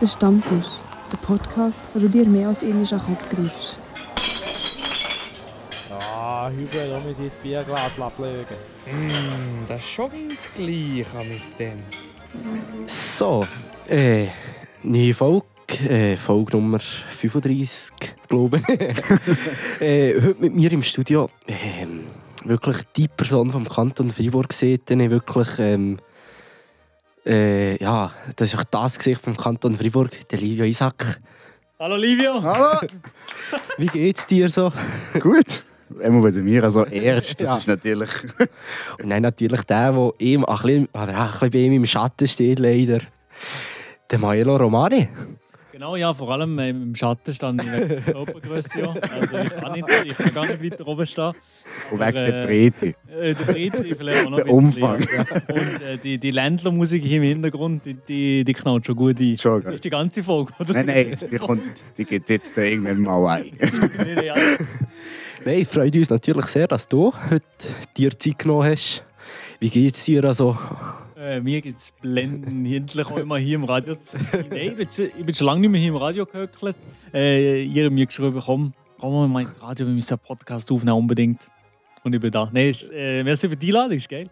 Der Stammtisch, der Podcast, wo du dir mehr als einmal an den Kopf greifst. Ah, Hübel, da muss ich ins Bierglas ablegen. Mm, das ist schon das Gleiche mit dem. So, äh, neue Folge, äh, Folge Nummer 35, glaube ich. äh, heute mit mir im Studio, ähm, wirklich die Person vom Kanton Freiburg gesehen, den ich wirklich, ähm, äh, ja, das ist auch das Gesicht vom Kanton Freiburg, der Livio Isaac. Hallo Livio! Hallo! Wie geht's dir so? Gut. Immer bei mir, also erst, das Ja. ist natürlich. Und dann natürlich der, der ihm ein bisschen, oder auch ein bisschen bei ihm im Schatten steht, leider. Der Maelo Romani. Genau, ja, vor allem äh, im Schatten stand ich wegen der Körpergröße. ja. Also ich kann, nicht, ich kann gar nicht weiter oben stehen. Und Aber, wegen der äh, Breite. äh, Der Breite vielleicht auch noch Der ein Umfang. bisschen, ja. Und äh, die, die Ländlermusik hier im Hintergrund, die, die, die knallt schon gut ein. Schon, Das gell? ist die ganze Folge, oder? Nein, nein, die, kommt, die geht jetzt da irgendwann mal ein. Nein, nein, ja. Nein, es freut uns natürlich sehr, dass du heute dir Zeit genommen hast. Wie geht es dir also? Äh, mir gibt es blenden endlich auch immer hier im Radio zu sein. Nein, ich bin, schon- ich bin schon lange nicht mehr hier im Radio gehöckelt. Äh, ihr habt mir geschrieben, komm, komm mal mal ins Radio, wir müssen einen Podcast aufnehmen, unbedingt. Und ich bin da. Nein, ist, äh, merci für die Einladung, ist geil.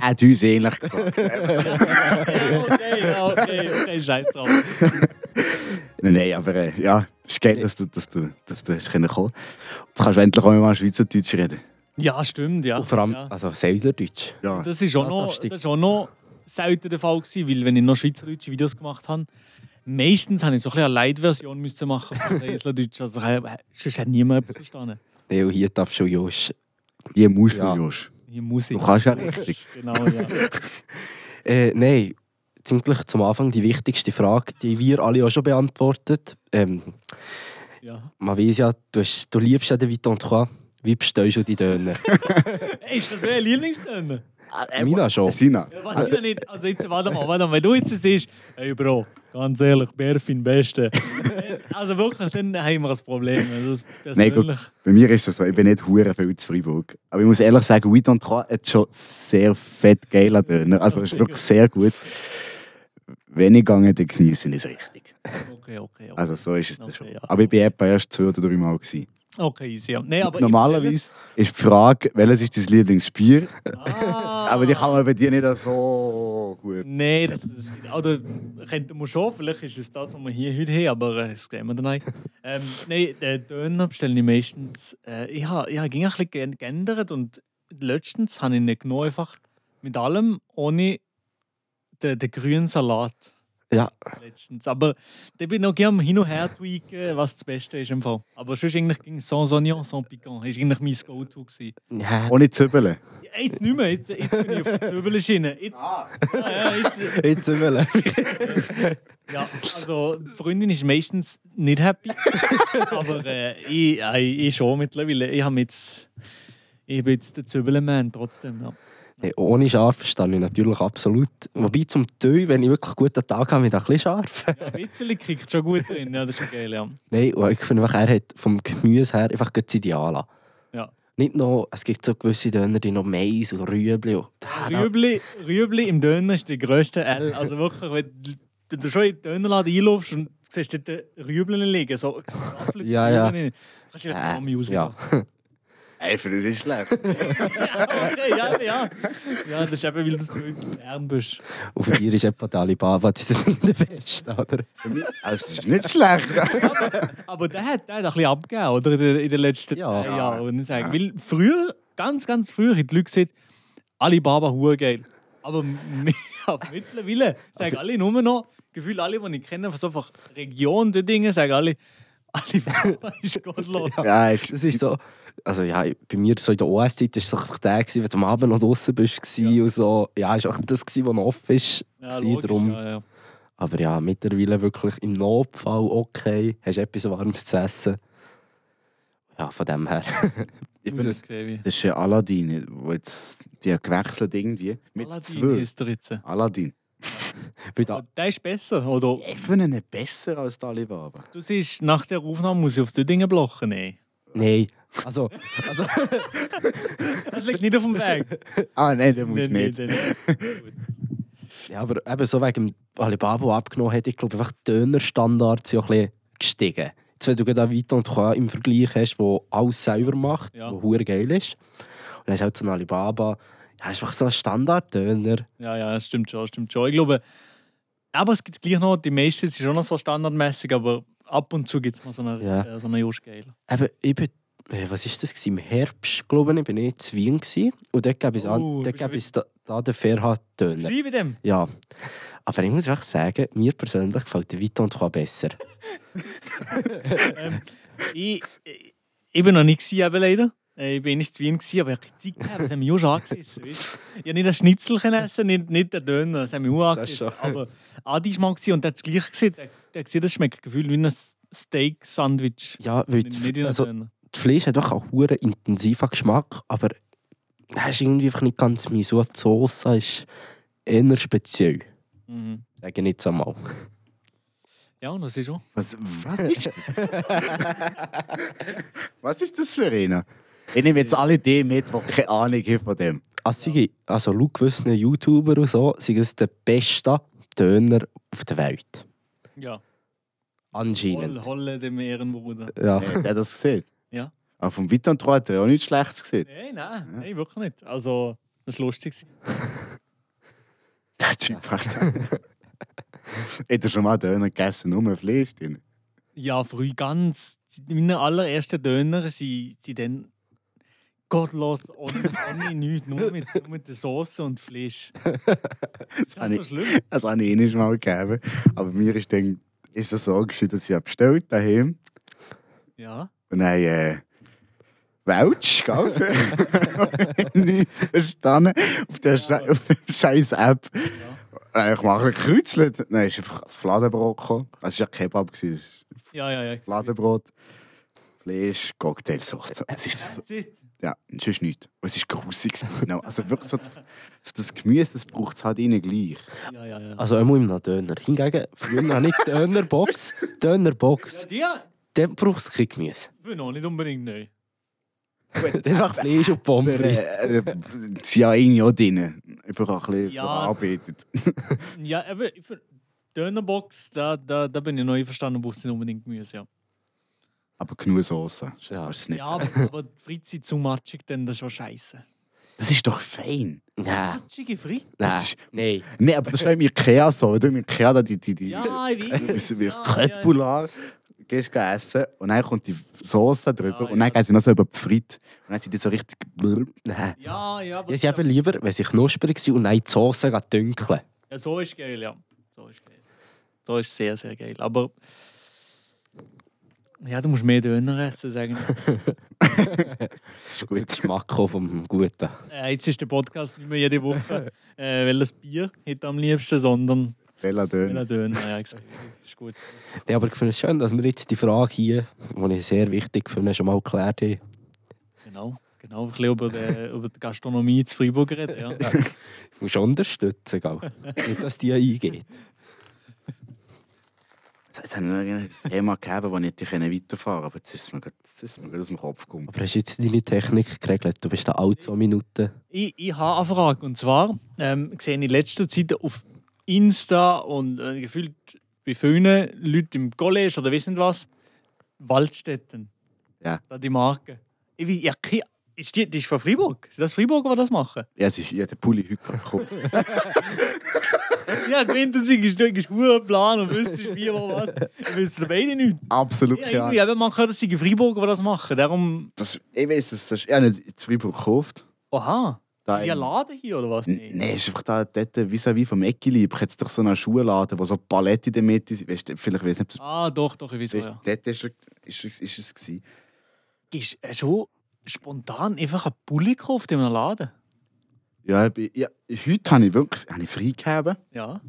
Hat uns ähnlich gefragt. Okay, ja, okay, okay, scheiß drauf. Nein, nein, aber äh, ja, es ist geil, dass du, dass du, dass du hast können kommen. Jetzt kannst du endlich auch mal Schweizerdeutsch reden. Ja, stimmt, ja. Und vor allem, ja. also Selderdeutsch. Ja, Das ist auch Ja, noch, das stimmt. das ist auch noch selten der Fall gewesen, weil wenn ich noch schweizerdeutsche Videos gemacht habe, meistens habe ich so ein bisschen eine Light-Version müssen machen von Islerdeutsch. Also, äh, sonst hat niemand etwas verstanden. Nein, und hier darfst du Josch. wie musst du, Ja. Josch? Hier muss ich. Du kannst ja richtig. Genau, ja. Äh, nein, ziemlich zum Anfang die wichtigste Frage, die wir alle auch schon beantwortet. Ähm, ja. man weiß ja, du, hast, du liebst ja den Viton Trois. Wie bestehst du die Döner? Ey, ist das euer Lieblingstöner? Mina schon. Sina, Ja, warte ich nicht. Also jetzt, warte mal, warte mal, wenn du jetzt es siehst, hey Bro, ganz ehrlich, Berfin Beste. Äh, also wirklich, dann haben wir ein Problem. Also das Nein, persönlich. gut. bei mir ist das so, ich bin nicht hure viel zu Freiburg. Aber ich muss ehrlich sagen, Wheat on Tra hat schon sehr fett geile Döner. Also, das ist wirklich sehr gut. Wenn ich gehe, dann genieße ich es richtig. okay, okay, okay. Also so ist es dann schon. Okay, ja. Aber ich war etwa erst zwei oder drei Mal. Gewesen. okay, easy. Ja. Nee, aber Normalerweise ist die Frage, welches ist dein Lieblingsbier? Ah. Aber die kann man bei dir nicht so gut. Nein, das, das oder könnte man schon, vielleicht ist es das, was wir hier heute haben, aber äh, das gehen wir dann eigentlich. Ähm, Nein, den Döner bestelle ich meistens. Äh, ich habe ich ha ging ein bisschen ge- geändert und letztens habe ich ihn genommen, einfach mit allem, ohne den, den grünen Salat. Ja. Letztens. Aber da bin ich noch gerne am hin und her tweaken, was das Beste ist. Im Fall. Aber sonst eigentlich ging sans oignon, sans piquant. Das war eigentlich mein Go-To. gewesen. Ja. Ohne Zwiebeln. Ja, Jetzt nicht mehr, jetzt, jetzt bin ich auf der Zwiebelschiene. Jetzt, ah. ja, jetzt, Jetzt sind wir live. Ja, also die Freundin ist meistens nicht happy. aber äh, ich, äh, ich schon mittlerweile. Ich, hab jetzt, ich bin jetzt der Zwiebelmann trotzdem. Ja. Nein, Ohne scharf verstehe ich natürlich absolut. Wobei zum Teil, wenn ich wirklich einen guten Tag habe, bin ich ein bisschen scharf. Ja, Witzeli kriegt schon gut drin. Ja, das ist schon geil, ja. Nein, und ich finde, einfach, er hat vom Gemüse her einfach das Ideal an. Ja. Nicht noch, es gibt so gewisse Döner, die noch Mais und Rüebli und... Ah, da- Rüebli, Rüebli im Döner ist die grösste L. Also wirklich, wenn du- du schon in den Dönerladen einlaufst und siehst dort den Rüebli liegen, so gestapelte Ja, ja. Rüebli, kannst du dir Äh, einen Arm rausnehmen. ja. Ey, für das ist schlecht. Okay, ja, ja. Ja, das ist eben, weil du so arm bist. Und für dich ist etwa der Alibaba das ist der Beste, oder? Also, das ist nicht schlecht. Aber der hat, der hat ein bisschen abgegeben, oder? In den, in den letzten Ja. drei Jahren, würde ich sagen. Weil früher, ganz, ganz früher, haben die Leute gesagt, Alibaba hure geil. Aber, m- aber mittlerweile sagen alle nur noch, Gefühl alle, die ich kenne, von so einfach Region der Dinge, sagen alle, Alibaba ist gottlos. Ja, ist, Das ist so... Also ja, bei mir so in der OS-Zeit war es einfach der, gewesen, wenn du am Abend noch draußen bist ja. und so. Ja, es war auch das, gewesen, was noch offen ist. Ja, gewesen, logisch, darum. ja, ja. Aber ja, mittlerweile wirklich im Notfall okay. Hast du etwas Warmes zu essen? Ja, von dem her. ich Muss finde, ich sehen, wie. das ist ein Aladdin, wo jetzt die hat gewechselt irgendwie. Mit Aladdin zwölf. ist der jetzt. Aladdin. Weil da- Der ist besser, oder? Ich finde ihn besser als die Alibaba. Du siehst, nach der Aufnahme muss ich auf die Dinge blocken, ey. Nein. Also, also Das liegt nicht auf dem Weg. Ah, nein, der muss Nein, nicht. nein, nein. Ja, aber eben so wegen dem Alibaba, der abgenommen hat, ich glaube, einfach die Dönerstandards sind auch ein bisschen gestiegen. Jetzt, wenn du gerade Vita und Qua im Vergleich hast, wo alles selber macht, Ja. wo hure geil ist, und dann hast du halt so einen Alibaba, ja, ist einfach so ein Standard-Döner. Ja, ja, das stimmt schon, das stimmt schon. Ich glaube, aber es gibt gleich noch, die meisten sind schon noch so standardmäßig, aber ab und zu gibt es mal so eine, Ja. äh, so eine Josch geil. Eben, ich bin, äh, was ist das? gewesen? Im Herbst, glaube ich, bin ich in Wien. Gewesen, und dort gab es, an- Oh, dort bist du gab es da, da den Ferhat-Döner. Sie mit dem? Ja. Aber ich muss einfach sagen, mir persönlich gefällt der Vita und Qua besser. Ich, ich, ich bin noch nicht gewesen, eben leider. Äh, Ich bin nicht zu Wien, gewesen, aber ich habe keine Zeit gehabt. Das haben mich auch angeschissen. weisst du. Ich habe nicht ein Schnitzel können essen, nicht, nicht den Döner. Das haben mich auch Das ist angeschissen. Aber Adi war mal gewesen und der hat es gleich gesehen. Der, der hat gesehen, das schmeckt gefühlt wie ein Steak-Sandwich. Ja, weil Nicht nicht die, in einem also, Döner. das Fleisch hat doch auch einen intensiven Geschmack, aber er ist irgendwie einfach nicht ganz mein so. Die Soße ist eher speziell. Mhm. Sage ich jetzt einmal. Ja, und das ist schon. Was, was ist das? was ist das für einer? Ich nehme jetzt alle die mit, die keine Ahnung haben von dem. Also, ja. also laut gewissen YouTuber und so, sind es der beste Döner auf der Welt. Ja. Anscheinend. Holle, holle dem Ehrenbruder. Ja. Hat er das gesehen? Ja. Aber vom Witton hat er auch nichts Schlechtes gesehen. Nein, nein, nein, wirklich nicht. Also, das war lustig. Der Typ hat. Hätte er schon mal Döner gegessen, nur Fleisch drin. Ja, früh ganz. Meine allerersten Döner sind, sind dann gottlos ohne, ohne nichts, nur mit, nur mit der Soße und Fleisch. Das habe ist so ich- schlimm. Das habe ich ihnen mal gegeben. Aber mir ist dann ist es so, gewesen, dass ich bestellt daheim Ja. und dann äh, Welch, gell? nicht verstanden. Auf der, Sche auf der scheiß App. Ja. Ich mache ein Kreuzlet. Dann ist einfach das Fladenbrot gekommen. Es war ja Kebab, gewesen, es war Ja, ja, ja. Fladenbrot, Fleisch, Cocktailsoße. Es ist so. That's it. Ja, und sonst nichts. Und es ist grusig. gewesen. Genau. Also wirklich so, so das Gemüse, das braucht es halt innen gleich. Ja, ja, ja. Also immer im Döner. Hingegen, früher nicht Dönerbox. Ja, Dönerbox. dir? Dann brauchst du kein Gemüse. Ich bin auch nicht unbedingt neu. Dann macht Fleisch und Pommes. Aber, frites. äh, äh, sind ja irgendwie auch drin. Einfach auch ein bisschen Ja. verarbeitet. Ja, aber für Dönerbox, da, da, da bin ich neu verstanden, braucht es nicht unbedingt Gemüse. Ja, Aber genug Soße. Ja. Das, ist nicht ja aber, aber Fritzi zu matschig, dann das ist schon scheiße. das ist doch fein. Nein, Matschige Fritzi? nein, ist- nein. Nein, aber das ist auch im Ikea so. Wenn du im Ikea da die, die, die Ja, ich weiß. Wissen wir, Ja, ja, ja. Köttbullar gehst du essen und dann kommt die Soße Ja, drüber und ja. dann gehen sie noch so über die Frit. Und dann sind die so richtig... nein. Ja, ja, aber Ja, sie eben lieber, wenn sie knusprig sind und dann die Soße geht dünkeln. Ja, so ist geil, ja. So ist geil. So ist sehr, sehr geil. Aber. Ja, du musst mehr Döner essen, sagen. Ist Der gut. Geschmack auch vom Guten. äh, jetzt ist der Podcast nicht mehr jede Woche, äh, weil das Bier hätte am liebsten, sondern Bella weil Döner. ein Döner. Ja, ich sag, ist gut. Ja, aber ich finde es schön, dass wir jetzt die Frage hier, die ich sehr wichtig finde, schon mal geklärt haben. Genau. Genau, ein bisschen über die, über die Gastronomie zu Freiburg reden. Ja. Du musst unterstützen, gell? Nicht, dass die eingeht. Jetzt habe ich noch ein Thema gegeben, wo ich hätte können weiterfahren konnte. Aber jetzt ist es mir gerade jetzt ist es mir gerade aus dem Kopf gekommen. Aber hast du jetzt deine Technik geregelt? Du bist da alle zwei Minuten. Ich, ich habe eine Frage. Und zwar ähm, sehe ich in letzter Zeit auf Insta und äh, gefühlt bei vielen Leuten im College oder wissen was, Waldstätten. Ja. Da die Marke. Ich, will- ja, ke- ist die, die ist von Freiburg. Ist das Freiburg, die das machen? Ja, es ist, ich habe den Pulli heute bekommen. Ja, wenn du siehst, du hast einen Plan und wüsstest wie, wo, was. Ich wüsste beide nicht. Absolut Ja, keine Ahnung. irgendwie, aber man hört, dass sie in Freiburg die das machen. Darum, Das, ich weiß es, das, ich habe ihn in Freiburg gekauft. aha, Da die in- laden hier oder was? N- Nein, es ist einfach da, dort vis-à-vis vom Eckilieb. Jetzt doch so eine Schuhladen, wo so Palette in der Mitte sind. Weißt du, vielleicht weiß nicht, ob Ah, doch, doch, ich weiß es. auch, ja. Dort ist, er- ist, er- ist es. Gewesen. Ist äh, schon spontan einfach ein Pulli gekauft in einem Laden? Ja, ich, bin- ja, heute habe ich wirklich habe ich frei gegeben. Ja.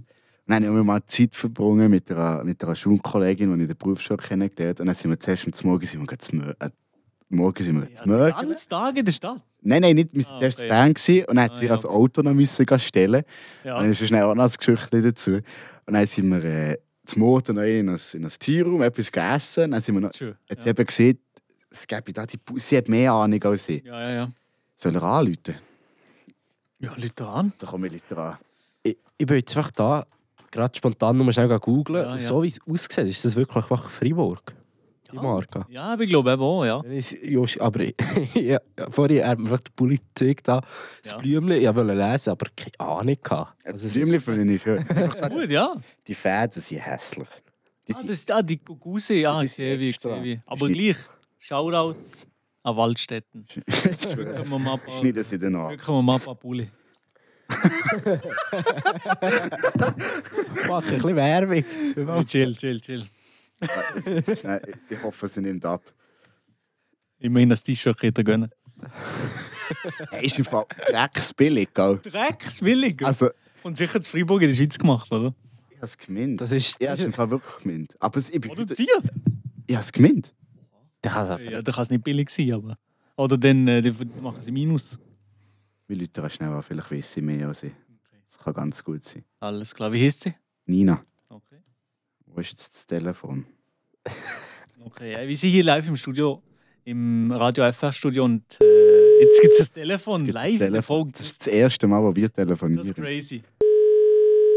Dann habe ich mal Zeit verbracht mit einer, mit einer Schulkollegin, die ich in der Berufsschule kennengelernt habe. Und dann sind wir zuerst und zum Morgen sind wir gerade zum, äh, morgen sind wir ja ja, zum Morgen. ganz Tag in der Stadt. Nein, nein, nicht. Wir Ah, waren zuerst okay. in Bern gewesen und dann Ah, mussten wir ja. das Auto noch müssen gehen stellen. Ja. Und dann ist schnell auch noch eine Geschichte dazu. Und dann sind wir äh, zum Morgen noch in ein, in ein Tierraum, etwas gegessen. Dann sind wir noch, Schön. hat sie Ja. eben gesehen, es gäbe da die Bu- sie hat mehr Ahnung als ich. ja, ja, ja. Soll er anrufen? Ja, Leute an. Da kommen wir Leute dran. Ich, ich bin jetzt einfach da, gerade spontan nur schnell googeln. Ja, Und ja. So wie es aussieht, ist das wirklich einfach Freiburg. Die Ja. Marke. Ja, aber ich glaube eben auch, ja. Dann ist Josch, aber ja, vorhin hat mir vielleicht die Politik da das Ja. Blümchen, ich wollte lesen, aber keine Ahnung. gehabt. Das Also, ist ziemlich viel nicht hören. Gut, ja. Die Fäden sind hässlich. Die Ah, sind- das, ah, die Guse, ja, Die ich sehe wie, ich extra. sehe wie. Aber Schneid- gleich, Shoutouts an Waldstätten. Können wir mal ein paar, Schneiden sie dann an. drücken wir mal ein paar Pulli. ich mache ein bisschen Werbung. Chill, chill, chill. Schnell, Ich hoffe, sie nimmt ab. Immerhin das T-Shirt könnt ihr gönnen. Er ist im Fall drecksbillig, gell? Dreckswillig. Also, Und sicher zu Freiburg in der Schweiz gemacht, oder? ich habe es gemeint. Das ist. Ich habe es im Fall wirklich gemeint. Aber es- ich, bin- Produziert. ich habe es gemeint. das Ja, da kann es nicht billig sein, aber. Oder dann, äh, dann machen sie Minus. Wir Leute da schnell an, vielleicht wissen sie mehr als ich. Das kann ganz gut sein. Alles klar, wie heißt sie? Nina, Okay. wo ist jetzt das Telefon? Okay, ja, wir sind hier live im Studio, im Radio FR-Studio und äh, jetzt gibt es das Telefon Jetzt gibt's live in der Telefon. Folge. Das ist das erste Mal, wo wir telefonieren. Das ist crazy.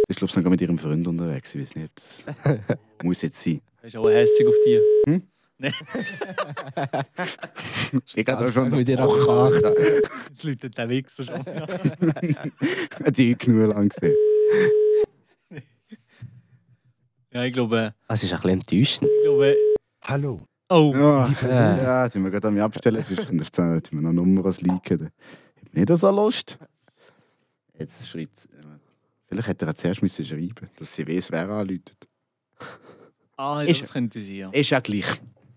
ich glaube, sie sind mit ihrem Freund unterwegs. Ich weiß nicht, ob das muss jetzt sein. Das ist auch hässlich auf dich. Ich habe da schon mit ihrer Karte. Jetzt läutet der Wichser schon. die genug lang gesehen. Ja, ich glaube, Das ist ein bisschen enttäuschend. ich glaube. Hallo. Oh, Ja, Ja. ja jetzt sind wir gerade am Abstellen. Das ist in der Zeit, jetzt haben wir noch eine Nummer als Like. Hat nicht so Lust? Jetzt schreibt Vielleicht hätte er auch zuerst müssen schreiben dass sie weiß, wer anläutet. ah, Ist- das könnte sein, ja. Ist ja gleich.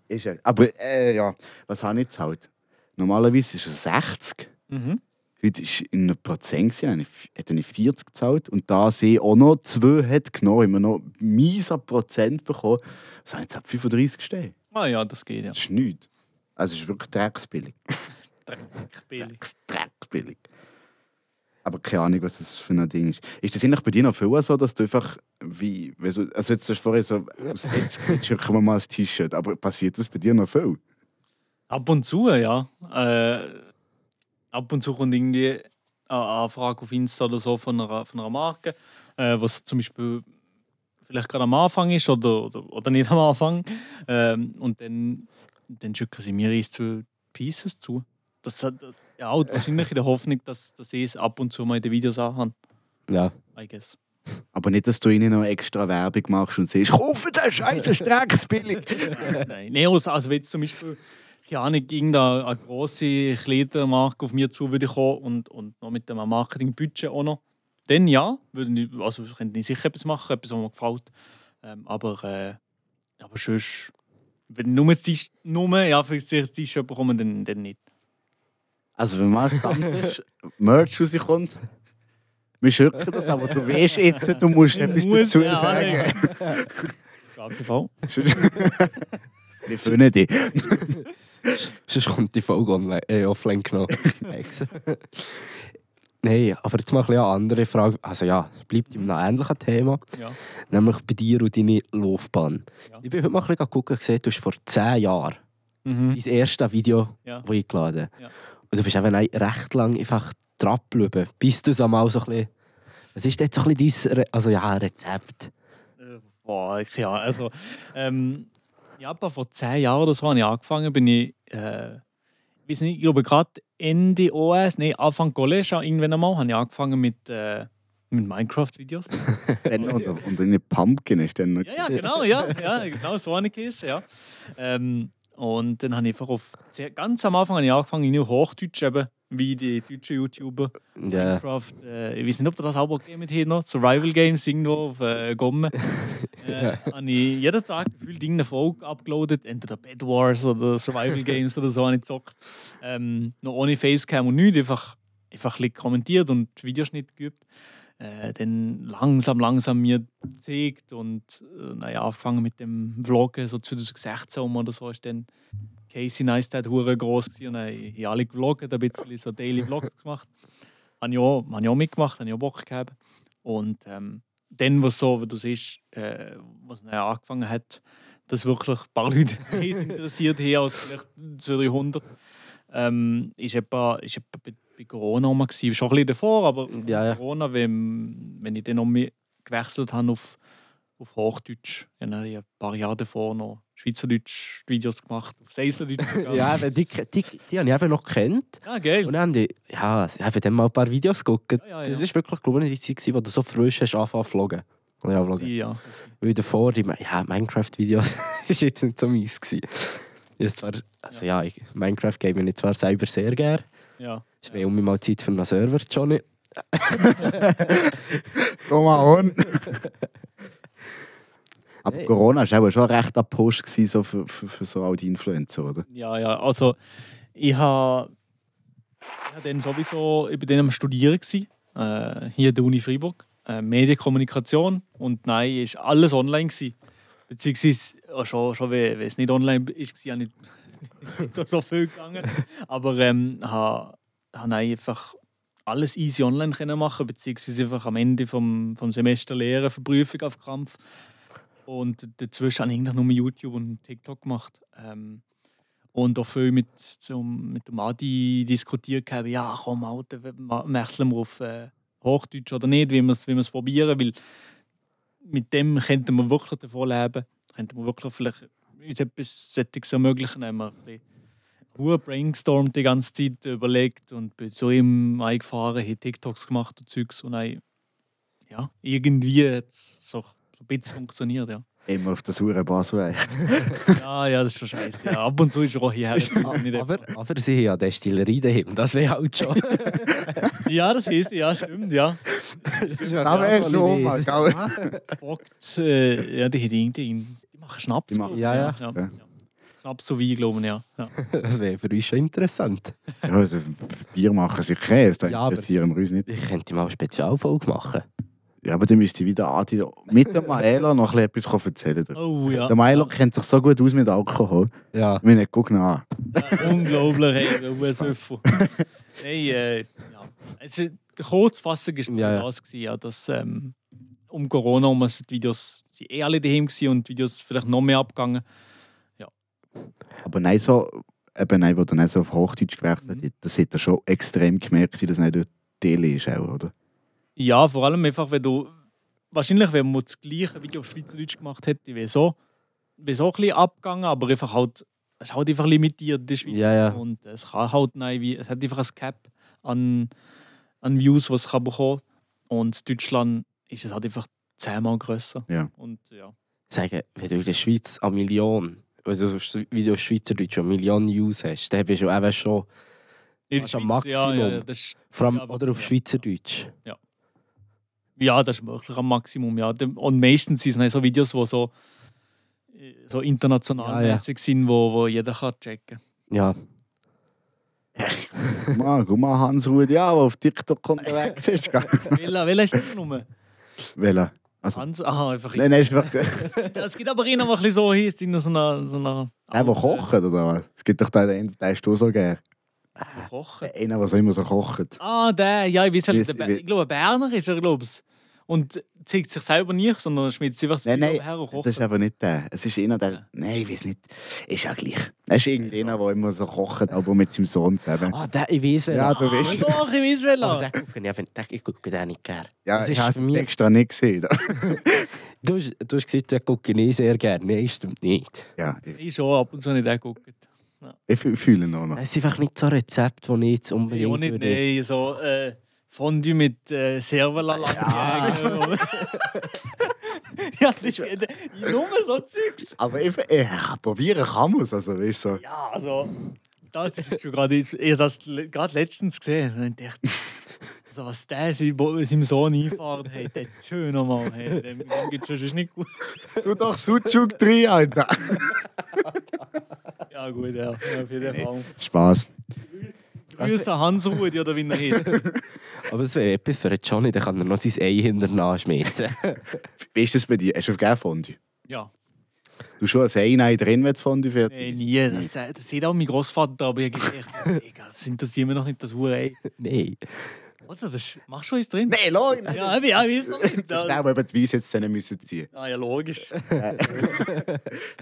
Ist ja, aber äh, ja, was habe ich jetzt halt? Normalerweise ist es 60. Mhm. Heute war in einem Prozent, gewesen, habe ich- hat eine 40 gezahlt. Und da sie auch noch 2 hat genommen, immer noch mieser Prozent bekommen, das habe ich jetzt ab 35 gestellt. Ah ja, das geht ja. Das ist nichts. Also es ist wirklich drecksbillig. Billig. Drecksbillig. Aber keine Ahnung, was das für ein Ding ist. Ist das eigentlich bei dir noch viel so, dass du einfach wie, weißt du, also jetzt hast du vorher so, aus jetzt schicken wir mal ein T-Shirt, aber passiert das bei dir noch viel? Ab und zu, ja. Äh, ab und zu kommt irgendwie eine Anfrage auf Insta oder so von einer, von einer Marke, äh, was zum Beispiel vielleicht gerade am Anfang ist oder, oder, oder nicht am Anfang. Ähm, und dann, dann schicken sie mir eins zu Pieces zu. Das hat ja auch wahrscheinlich in der Hoffnung, dass, dass ich es ab und zu mal in den Videos anhabe, Ja. I guess. Aber nicht, dass du ihnen noch extra Werbung machst und siehst, kauf den scheiß Strecksbillig. Nein, Neos, also wenn jetzt zum Beispiel, keine Ahnung, irgendeine große Kleidermarke auf mir zu würde kommen und, und noch mit dem Marketingbudget auch noch, dann ja, würde ich, also könnte ich sicher etwas machen, etwas, was mir gefällt. Ähm, aber, äh, aber sonst, wenn ich nur ein T-Shirt, nur, ja, für ein T-Shirt bekomme, dann, dann nicht. Also wenn mal Stammtisch Merch rauskommt, wir schicken das, aber du weißt jetzt, du musst etwas Muss dazu ja, sagen. Auf jeden Fall. Wir finden dich. Sonst kommt die Folge online, äh, offline genommen. Ex. Nein, aber jetzt mal ein bisschen eine andere Frage. Also ja, es bleibt im Mhm. ähnlichen Thema. Ja. Nämlich bei dir und deine Laufbahn. Ja. Ich bin heute mal ein bisschen gucken, gesehen, du hast vor 10 Jahren Mhm. dein erstes Video Ja. das eingeladen. Ja. Und du bist eben auch recht lang einfach dran geblieben, bis du es einmal so ein bisschen... Was ist jetzt so ein bisschen dein Re also, ja, Rezept? Äh, Boah, ich- ja, also ähm, in etwa vor zehn Jahren oder so habe ich angefangen, bin ich, äh, ich weiß nicht, ich glaube gerade Ende OS, nein, Anfang College auch irgendwann einmal, habe ich angefangen mit, äh, mit Minecraft-Videos. Dann- Und, und eine Pumpkin ist dann noch. ja, ja, genau, ja, ja, genau, so eine Kiss, ja. Ähm, und dann habe ich einfach auf, sehr, ganz am Anfang habe ich angefangen, in Hochdeutsch eben, wie die deutschen YouTuber. Ja. Minecraft, äh, ich weiß nicht, ob ihr das auch gegeben habt, noch, Survival Games irgendwo auf äh, Gomme. äh, habe ich jeden Tag gefühlt irgendeine Folge abgeloadet, entweder Bed Wars oder Survival Games oder so, habe ich gezockt. Ähm, noch ohne Facecam und nichts, einfach, einfach ein bisschen kommentiert und Videoschnitt geübt. Äh, dann langsam, langsam mir gezeigt und äh, naja, angefangen mit dem Vloggen, so 2016 um oder so ist dann Casey Neistat hure groß gewesen und dann habe ich alle gevloggt, ein bisschen so Daily Vlogs gemacht habe ich, auch- habe ich auch mitgemacht, habe ich auch Bock gehabt. Und ähm, dann, was so, wie du siehst, äh, was dann angefangen hat, dass wirklich ein paar Leute es interessiert haben als vielleicht 200. Ähm, ist etwa, ist etwa bei, bei Corona auch mal gewesen. Schon ein bisschen davor, aber Ja, ja. Corona, wenn, wenn ich dann noch mehr gewechselt habe auf, auf Hochdeutsch, dann habe ich ein paar Jahre davor noch Schweizerdeutsch Videos gemacht, auf Seiserdeutsch. sogar. Ja, eben, die, die, die habe ich einfach noch gekannt. ja, geil. Und dann haben die, ja, ich habe dann mal ein paar Videos geguckt. Ja, ja, ja. Das ist wirklich, glaube ich, die Zeit, gewesen, wo du so frisch hast angefangen zu vloggen. Ja, vloggen. Ja. Weil davor, die, ja, Minecraft-Videos ist jetzt nicht so meins gewesen. Ist zwar, also ja, ich, Minecraft gebe ich nicht zwar selber sehr gerne. ja. Es wäre um mich mal Zeit für einen Server, Johnny. Komm mal on. Aber Nein. Corona war aber schon recht an Push gewesen, so für, für, für so all die Influencer, oder? Ja, ja, also ich habe ich hab dann sowieso, ich bin dann am Studieren gsi, äh, hier an der Uni Freiburg, äh, Medienkommunikation und nein, ist alles online gsi, beziehungsweise äh, schon, schon wenn wenn es nicht online ist, gsi, habe ich nicht so, so viel gegangen, aber ähm, habe hab nein, einfach alles easy online können machen, beziehungsweise einfach am Ende vom, vom Semester lehren für Prüfung auf Krampf und dazwischen habe ich eigentlich nur YouTube und TikTok gemacht. Ähm, und auch viel mit, zum, mit dem Adi diskutiert haben, ja komm, Alter, we- ma- wechseln wir auf äh, Hochdeutsch oder nicht, wie wir es wie wir's probieren, weil mit dem könnten wir wirklich davon leben, könnten wir wirklich vielleicht uns etwas Sättiges ermöglichen, haben wir ein bisschen Ruhe brainstormt die ganze Zeit, überlegt und bin zu ihm eingefahren, habe TikToks gemacht und Zeugs und dann, ja, irgendwie hat es so so ein bisschen funktioniert, ja. Immer auf der sauren Basel. Ja, ja, das ist schon scheiße. Ja, ab und zu ist er auch hierher. das ist Ah, nicht Aber, aber sie haben ja Destillerie daheim, das wäre halt schon. Ja, das heisst, ja, stimmt, ja. Das wäre schon mal, gell? Bockt, äh, ja, die haben irgendwie, die machen Schnaps. Die machen- Ja, ja. glaub ich. Schnaps so wie, glaube ich, ja. ja. Das wäre für uns schon interessant. Ja, also, Bier machen sich Käse, das Ja, aber- interessieren wir uns nicht. Ich könnte mal eine Spezialfolge machen. Ja, aber dann müsste ich wieder Adi mit dem Maelo noch ein bisschen etwas erzählen. dürfen. Oh ja. Der Maelo kennt sich so gut aus mit Alkohol. Ja. Ich meine, guck ihn an. Ja, Unglaublich, ey, der US-Öffel. Nein, äh, ja. Also, kurz fassen ist Ja, ja. das, gewesen, ja, dass ähm, um Corona um die Videos sie eh alle daheim gewesen und die Videos vielleicht noch mehr abgegangen. Aber nein, so, eben nein, wo er dann so auf Hochdeutsch gewechselt hat, das hat er schon extrem gemerkt, wie das nicht dort Tele ist, auch, oder? Ja, vor allem einfach, wenn du. Wahrscheinlich, wenn man das gleiche Video auf Schweizerdeutsch gemacht hätte, wäre so, wäre so ein bisschen abgegangen, aber einfach halt, es ist halt einfach limitiert, die Schweiz. Ja, ja. Und es kann halt nein, wie, es hat einfach ein Cap an, an Views, was es kann bekommen Und in Deutschland ist es halt einfach zehnmal grösser. Ja. Und ja. Sagen, wenn du in der Schweiz eine Million, wenn du auf Schwe- Video auf Schweizerdeutsch eine Million Views hast, dann bist du eben schon, In der Das ist am Schweiz, Ja, ja, Maximum. ja, das ist, vor allem Ja, aber- oder auf ja. Schweizerdeutsch. ja, das ist wirklich am Maximum. Ja. Und meistens sind es dann so Videos, die so, äh, so international Ja, ja. mäßig sind, wo, wo jeder kann checken Ja, Guck mal, guck mal, Hans Rudi, ja, der auf TikTok unterwegs ist. gell? Welcher welcher ist die Nummer? Welcher? Also, Hans, aha, einfach. nein, nein, ist wirklich der, Es gibt aber einen, der ein bisschen so hieß, in so einer. So einer der kocht, oder was? Es gibt doch den, den den hast du so gern. Der Koch. Den Einen, der so immer so kocht. Ah, der, ja, ich weiß Weiss- halt, der Be- ich- ich glaube, ein Berner ist er, glaube ich. Und zeigt sich selber nicht, sondern schmeißt einfach das Nein, Zeug nein, her und kocht. Das ist aber nicht der. Es ist einer, der. Nein, ich weiß nicht. Ist ja gleich. Es ist irgendeiner, der immer so kocht, aber mit seinem Sohn zusammen. ah, der, ich weiß Ja, ja. du Ah, weißt. Doch, ich weiß Aber welcher. den gucke ich, einfach- den- ich gucke den nicht gern. Ja, das ich ist habe für es mich- extra nicht gesehen. Du, hast- du hast gesagt, den gucke ich nicht sehr gern. Nein, stimmt nicht. Ja, ich, Ich schon ab und zu nicht angeguckt. ich fü- fühle ihn auch noch. Es ist einfach nicht so ein Rezept, das ich jetzt Ich unbedingt auch nicht, würde- nein. So äh, Fondue mit äh, Serverlalange. Ja. ja, das ist nur so Zeugs. Aber ich, ich probieren kann man es. Also, weißt du, so. Ja, also, das ist jetzt schon gerade. Ich habe das le- gerade letztens gesehen. Und ich dachte, also, was der sein- bo- seinem Sohn einfahren hey, der ist schön nochmal. Hey, dem, dem geht schon sonst nicht gut. Tu doch Sucuk drin, Alter. Ja, gut, ja, ja, auf jeden Fall. Spaß. Grüße an Hans Rudi oder wie er heißt. Aber es wäre etwas für den Johnny, dann kann er noch sein Ei hinterher schmeißen. Wie ist das bei dir? Hast du auf Fondue? Ja, Du schon ein Ei drin, wenn du Fondue fertig nein, nie. Das, das sieht auch mein Großvater, aber ich habe gedacht, Digga, das interessiert mich noch nicht, das Hure. Nein. Oder das machst du schon eins drin? Nein, log! Nein, Ja, ja, ich weiß noch nicht. das ist Ja, auch, eben die Weiss jetzt zusammen müssen ziehen. Ah, ja, logisch.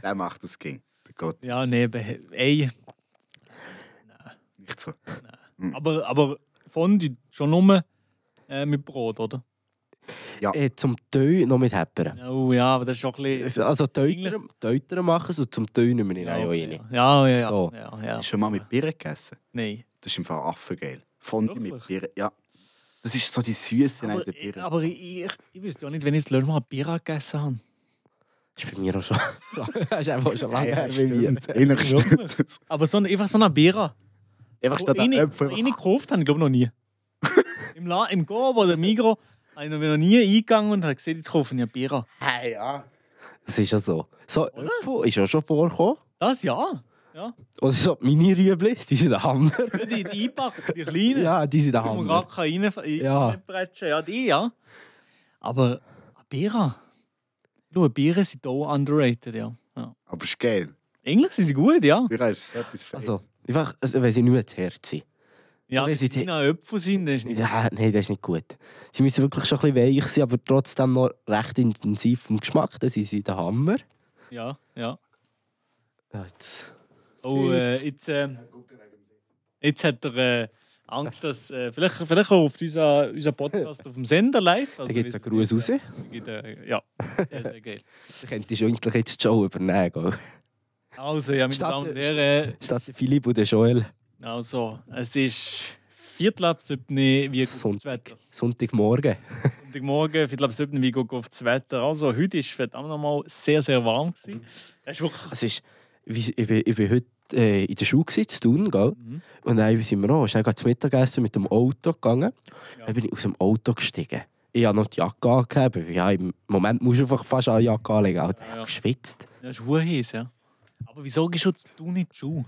Der macht das King. Der Gott. Ja, nee, bei- ey. Ich direkt. So. Aber, aber Fondue schon nur äh, mit Brot, oder? Äh, zum Teil noch mit Heppern. Oh ja, aber das ist schon ein bisschen... Also Deuter, Deuter machen es und zum Teil nehmen wir ihn auch ja, rein. ja, ja, ja, So. ja, ja. Hast du schon mal mit Bier gegessen? Nein. Das ist im Fall affengeil. Fondue mit Wirklich? Bier, ja. Das ist so die Süße in Aber, der Bier. aber ich, ich, ich wüsste ja nicht, wenn ich das letzte Mal ein Bier gegessen habe. Das ist bei mir auch schon, das ist einfach schon lange Ja, her bei mir. stimmt. Ehrlich Wirklich? Oh, stimmt. Aber so, ein- einfach so ein Bier, Einfach wo statt ich an nicht- Äpfel. wo ich nicht gekauft habe, glaube ich noch nie. Im, La Im Coop oder Migros habe ich noch noch nie eingegangen und habe gesehen, jetzt kaufen ich ein Bier. Hey, ja. Das ist ja so. So, Öpfel ist ja schon vorgekommen. Das ja. ja. Oder so Mini-Rüebli, die sind der Hammer. Die, die einpacken, die kleinen. Ja, die sind der die man Hammer. gar rein, Ja. ja. reinbretschen Ja, die, ja. Aber ein Bier. Schau, Biere sind auch underrated, ja. ja. Aber ist geil. Eigentlich sind sie gut, ja. Bier ist etwas Feines. Also, einfach, also, wenn sie nicht mehr zu hart sind. Ja, Aber wenn sie sie die- kleine Äpfel sind, dann ist nicht. Ja, nein, das ist nicht gut. Sie müssen wirklich schon ein bisschen weich sein, aber trotzdem noch recht intensiv vom Geschmack. Dann sind sie der Hammer. Ja, ja. Ja, jetzt- Oh, äh, jetzt, ähm, jetzt hat er äh, Angst, dass. Äh, vielleicht, vielleicht ruft unser, unser Podcast auf dem Sender live. Also, Dann gibt es einen weiss- Gruß raus. Dann es gibt, äh, Ja, sehr, sehr geil. könntest du eigentlich jetzt die Show übernehmen. Gell? Also, ja, meine Statt- Damen und Herren, Statt der Philipp und der Joel. äh, also, es ist Viertel ab siebten, wie gutes Sonntag. Wetter. Sonntagmorgen. Sonntagmorgen, Viertel ab siebten, wie gut aufs Wetter. Also, heute war es verdammt nochmal sehr, sehr warm. Gewesen. Es ist wirklich. Es ist, wie- ich, bin, ich bin heute äh, in der Schule gewesen, zu tun, gell? Mhm. Und dann sind wir noch, schnell gerade zum Mittagessen mit dem Auto gegangen. Ja. Dann bin ich aus dem Auto gestiegen. Ich habe noch die Jacke angehabt. Ja, Im Moment musst du einfach fast eine Jacke anlegen. Alter, ich Ja, ja. habe geschwitzt. Ja, es ist verdammt heiß, ja. Aber wieso gehst du du nicht zu?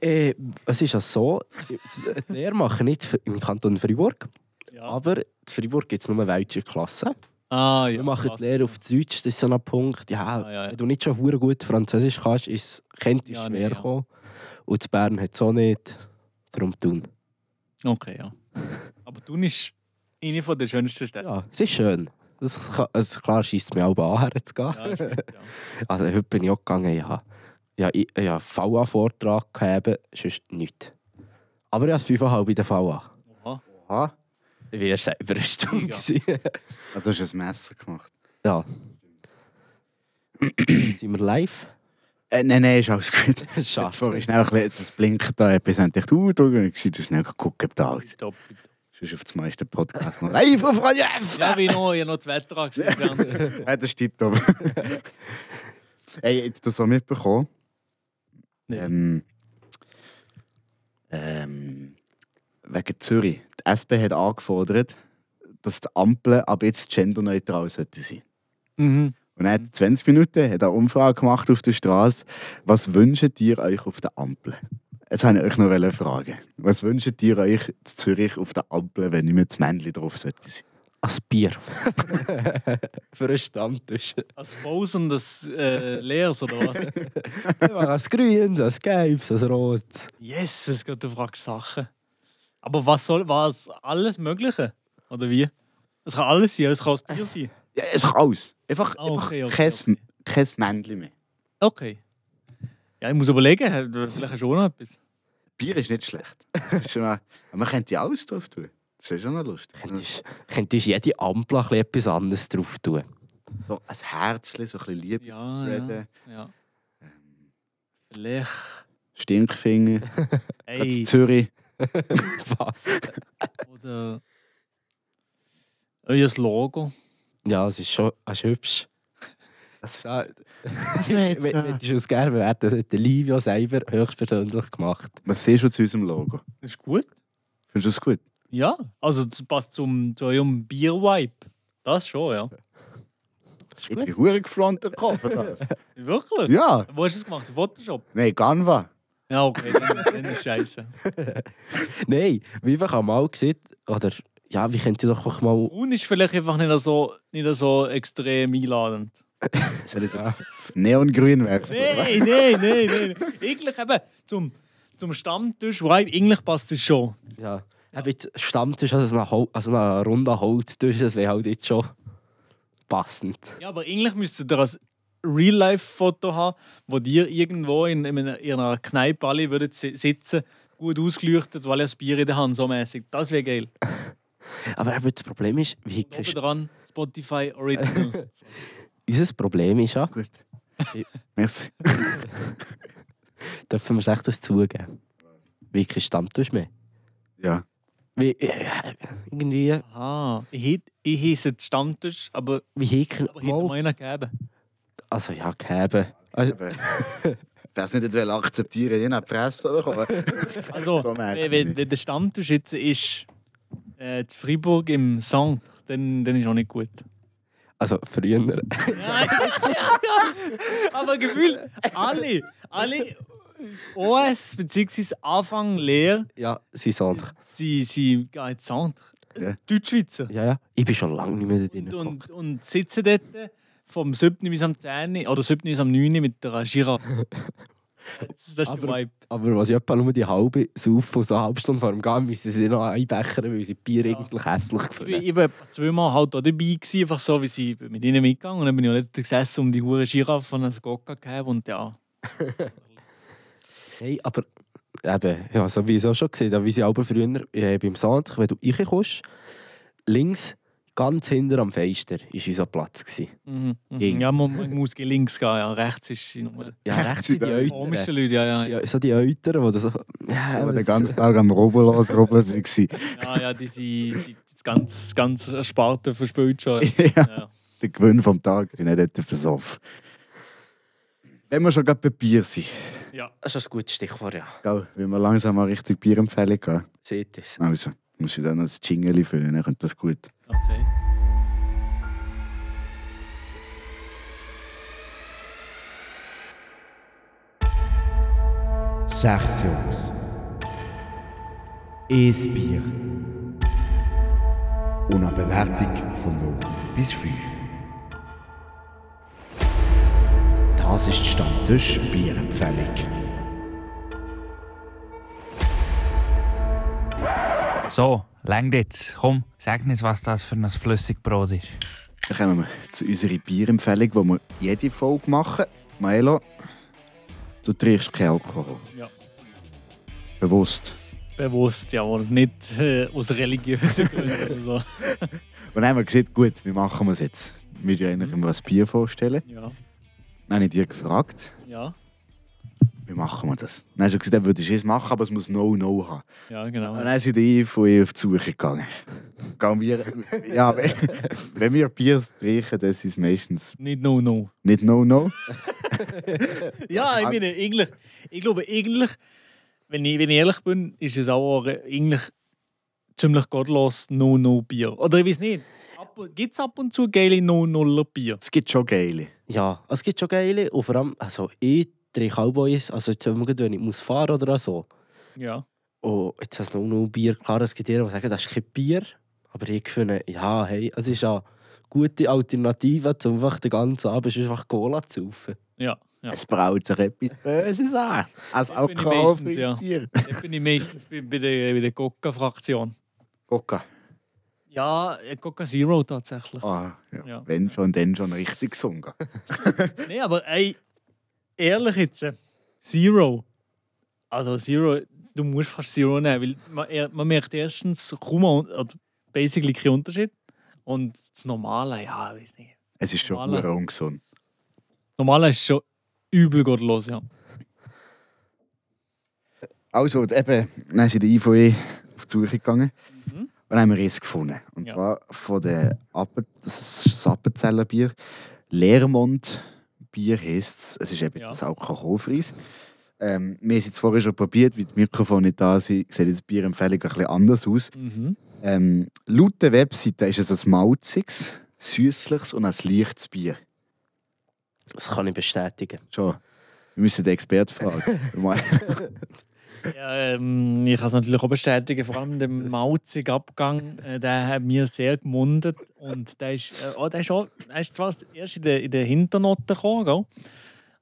Äh, es ist ja so, die Lehre machen nicht im Kanton Freiburg, Ja. aber in Freiburg gibt es nur welche Klassen. Ah, ja. Wir machen krass. die Lehre auf Deutsch, das ist so ein Punkt. Ja, Ah, ja, ja. Wenn du nicht schon hure gut Französisch kannst, ist, könnte es Ja, schwer nee, ja. kommen. Und zu Bern hat es auch nicht. Darum tun. Okay, ja. Aber Thun ist eine von der schönsten Städte. Ja, es ist schön. Das kann, also klar schießt es mich auch an, herzugehen. Ja, ist gut, ja. Also heute bin ich auch gegangen, ja. Ja, ich, ich habe einen VA-Vortrag gegeben, sonst nichts. Aber ich habe fünfeinhalb in der VA. Aha. Aha. Ich war erst über eine Stunde. Mega. gewesen. Ah, du hast ein Messer gemacht. Ja. Sind wir live? Äh, nein, nein, ist alles gut. Jetzt Schaffe. vorher schnell ein bisschen das Blinken da. Etwas haben dich du da. Ich gescheit schnell geguckt, ob da alles. Top. Sonst auf das meiste Podcast noch. Live auf Radio F! Ja, wie noch, ich habe noch das Wetter gesehen. Hey, das stimmt aber. hey, habt ihr das auch mitbekommen? Nee. Ähm, ähm, wegen Zürich. Die SP hat angefordert, dass die Ampeln ab jetzt genderneutral sollten sein. mhm. Und er hat 20 Minuten hat eine Umfrage gemacht auf der Straße. Was wünscht ihr euch auf der Ampel? Jetzt wollte ich euch noch fragen. Was wünscht ihr euch in Zürich auf der Ampel, wenn nicht mehr das Männchen drauf sollte sein? Ein Bier. Für einen Stammtisch. Als Fosen des äh, Leers oder was? Ich mache ein Grünes, ein Gelbes, ein Rotes. yes, es geht auf Sachen. Aber was soll, was alles Mögliche? Oder wie? Es kann alles sein, es kann auch das Bier sein. Ja, es kann alles. Einfach, Ah, okay, einfach okay, kein, kein Männchen mehr. Okay. Ja, ich muss überlegen, vielleicht hast du auch noch etwas. Bier ist nicht schlecht. Das ist schon mal- Aber man könnte ja alles drauf tun. Das ist schon noch lustig. Könntest, könntest jede Ampel ein bisschen etwas anderes drauf tun? So ein Herzchen, so ein bisschen Liebe. Ja, spreaden. Ja. Ähm, Vielleicht. Stinkfinger, hey. Ey. Zürich. Was? Oder. Euer Logo. Ja, es ist schon es ist hübsch. Das- Ja, wär- wenn wenn du es gerne bewerten, das hat der Livio selber höchstpersönlich gemacht. Was siehst du zu unserem Logo? Ist gut. Findest du das gut? Ja, also das passt zum, zu eurem Bierwipe. Das schon, ja. Ist Ich gut. bin hure geflamt im Kopf. das. Wirklich? Ja, Wo hast du das gemacht? In Photoshop? nein, Ganva. Ja, okay, dann, dann ist scheiße. Nein, wie ich auch mal gesehen oder ja, wie könnt ihr doch auch mal. Oh, Braun ist vielleicht einfach nicht so, nicht so extrem einladend. Soll ich so neongrün wechseln? Nein, nein, nein, nein. Eigentlich eben zum, zum Stammtisch-Vibe, eigentlich passt das schon. Ja, eben jetzt Stammtisch, also ein Hol- also ein runder Holztisch, das wäre halt jetzt schon passend. Ja, aber eigentlich müsstet ihr ein Real-Life-Foto haben, wo ihr irgendwo in, in einer- in einer Kneipe alle würdet si- sitzen gut ausgeleuchtet, weil er das Bier in der Hand so mäßig. Das wäre geil. Aber eben das Problem ist, wie Und oben dran Spotify Original. unser Problem ist ja, Gut. Ich- Merci. dürfen wir es echt das zugeben. Wie kein Stammtisch mehr. Ja. Wie, äh, irgendwie, Aha. Ich hätte ich hieße Stammtisch, aber, wie Häkchen. aber hätte mir einer gegeben. Also ja, gegeben. Also, Eben. Ich weiß nicht, ob ich akzeptieren will, je nach Presse oder so, aber Also, so merke wenn, ich wenn nicht. wenn der Stammtisch jetzt ist äh, zu Freiburg im Sankt, dann, dann ist auch nicht gut. also früher. Ja, ja, ja. Aber Gefühl, alle, alle OS bzw. Anfang leer, ja, sie sind. sie, sie gehen ins Centre. Ja. Deutschschweizer. Ja, ja. Ich bin schon lange nicht mehr drin. Und, und, und sitzen dort vom 7. bis am 10. oder 7. bis am 9. mit der Giraffe. Das, das ist der Aber- Vibe. Aber was ich etwa nur die halbe saufen, so eine halbe Stunde vor dem Gang, müssen sie noch einbechern, weil sie Bier eigentlich hässlich Ich bin, gefunden ich bin etwa zweimal halt auch dabei, gewesen, einfach so wie sie mit ihnen mitgegangen. Und dann bin ich auch nicht gesessen, um die hure Giraffe von einem Gokka zu haben. Und ja, Hey, aber eben, ja, so wie ich es auch schon gesehen habe, wie sie aber früher äh, beim Sand, wenn du reinkommst, links, ganz hinten am Fenster, war unser Platz. Gewesen. mhm. Mhm. Ging. ja man, man muss links gehen. Ja. Rechts ist sie nur. Ja, rechts sind die sind Komische Eltern. Leute, ja, ja. Ja, so die Eltern, die das so... Ja, Aber aber den das- ganzen Tag am Robo losrubbeln waren. Ja, ja, die sind die, die ganz, ganz Sparte verspielt schon. Ja. Ja. Der Gewinn vom Tag ist nicht etwa versoffen. Wenn wir schon gerade bei Bier sind, ja. Das ist ein gutes Stichwort, ja. gell, wenn wir langsam mal richtig Bierempfehlung gehen. Seht es. Also, muss ich dann noch das Jingle füllen, dann kommt das gut. Okay. Sechs Jungs. Ein Bier. Und eine Bewertung von 0 bis 5. Das ist die Stammtisch Bierempfehlung. So, lang jetzt. Komm, sag uns, was das für ein Flüssigbrot ist. Dann kommen wir zu unserer Bierempfehlung, die wir jede Folge machen. Maelo, du trinkst keinen Alkohol. Ja. Bewusst. Bewusst, jawohl. Nicht äh, aus religiösen Gründen oder so. Und dann haben wir gesagt, gut, wie machen wir es jetzt? Wir wollen euch mal ein Bier vorstellen. Ja. Dann habe ich dich gefragt, Ja, wie machen wir das? Dann hast du gesagt, dann würdest du es machen, aber es muss No-No haben. ja Und genau. dann sind die von ihr auf die Suche gegangen. Gehen wir, ja, wenn, wenn wir Bier trinken, das ist es meistens Nicht no, no. nicht No-No. Ja, ich meine, eigentlich, ich glaube, eigentlich, wenn ich, wenn ich ehrlich bin, ist es auch äh, eigentlich ziemlich gottlos No-No-Bier. Oder ich weiß nicht, gibt es ab und zu geile No-Nuller-Bier? Es gibt schon geile. Ja, es gibt schon geile. Und vor allem, also ich trinke Cowboys, also jetzt, wenn ich muss fahren oder so. Ja. Und jetzt hast du noch Bier. Klar, es gibt die, die sagen, das ist kein Bier. Aber ich finde, ja, hey, es ist eine gute Alternative, um einfach den ganzen Abend einfach Cola zu saufen. Ja, ja. Es braut sich etwas Böses an. Als Da bin ich Alkohol meistens, ja. Bier. Da bin ich meistens bei, bei der, bei der Coca-Fraktion. Coca. Ja, äh, Coca Zero tatsächlich. Ah, ja. Ja. Wenn schon, dann schon richtig gesungen. Nee, aber ey, ehrlich jetzt, äh, Zero. Also Zero, du musst fast Zero nehmen, weil man, er- man merkt erstens kaum un- oder basically keinen Unterschied. Und das Normale, ja, ich weiß nicht. Es ist schon Voilà. hure ungesund. Das Normale ist schon übel gottlos, ja. Also, und eben, dann sind die IVE auf die Suche gegangen. Mhm. Und dann haben wir es gefunden. Und Ja. zwar von der Appe, das ist das Appenzellerbier. Leermond Bier heisst es. Es ist eben Ja. das alkoholfreies. Ähm, wir haben es jetzt vorher schon probiert, weil die Mikrofone nicht da sind, sieht jetzt die Bierempfehlung ein bisschen anders aus. Mhm. Ähm, laut der Webseite ist es ein malziges, süßliches und ein leichtes Bier. Das kann ich bestätigen. Schon. Wir müssen den Experten fragen. Ja, ähm, ich kann es natürlich auch bestätigen, vor allem der malzige Abgang, äh, der hat mir sehr gemundet. Und der ist, äh, oh, der ist, auch, der ist zwar erst in der, in der Hinternote gekommen, gell?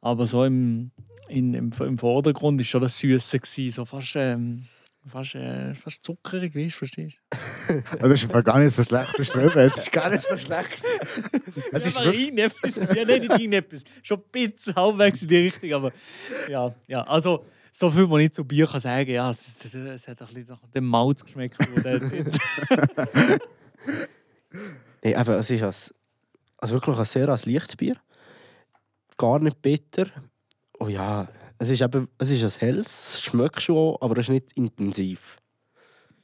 aber so im, in, im, im Vordergrund war schon das Süße, gewesen, so fast, ähm, fast, äh, fast zuckerig, weißt du, verstehst du? Oh, das ist aber gar nicht so schlecht beschrieben. Es ist gar nicht so schlecht. Es ist ja, wirklich, irgendetwas, ja, nein, nicht irgendetwas, schon ein bisschen halbwegs in die Richtung, aber ja, ja, also so viel, was ich zu Bier kann sagen Ja, es, es, es hat ein bisschen nach dem Malz geschmeckt. wo der drin- Nee, eben, es ist als, also wirklich ein sehr als leichtes Bier. Gar nicht bitter. Oh ja, es ist eben, es ist ein helles, es schmeckt schon, aber es ist nicht intensiv.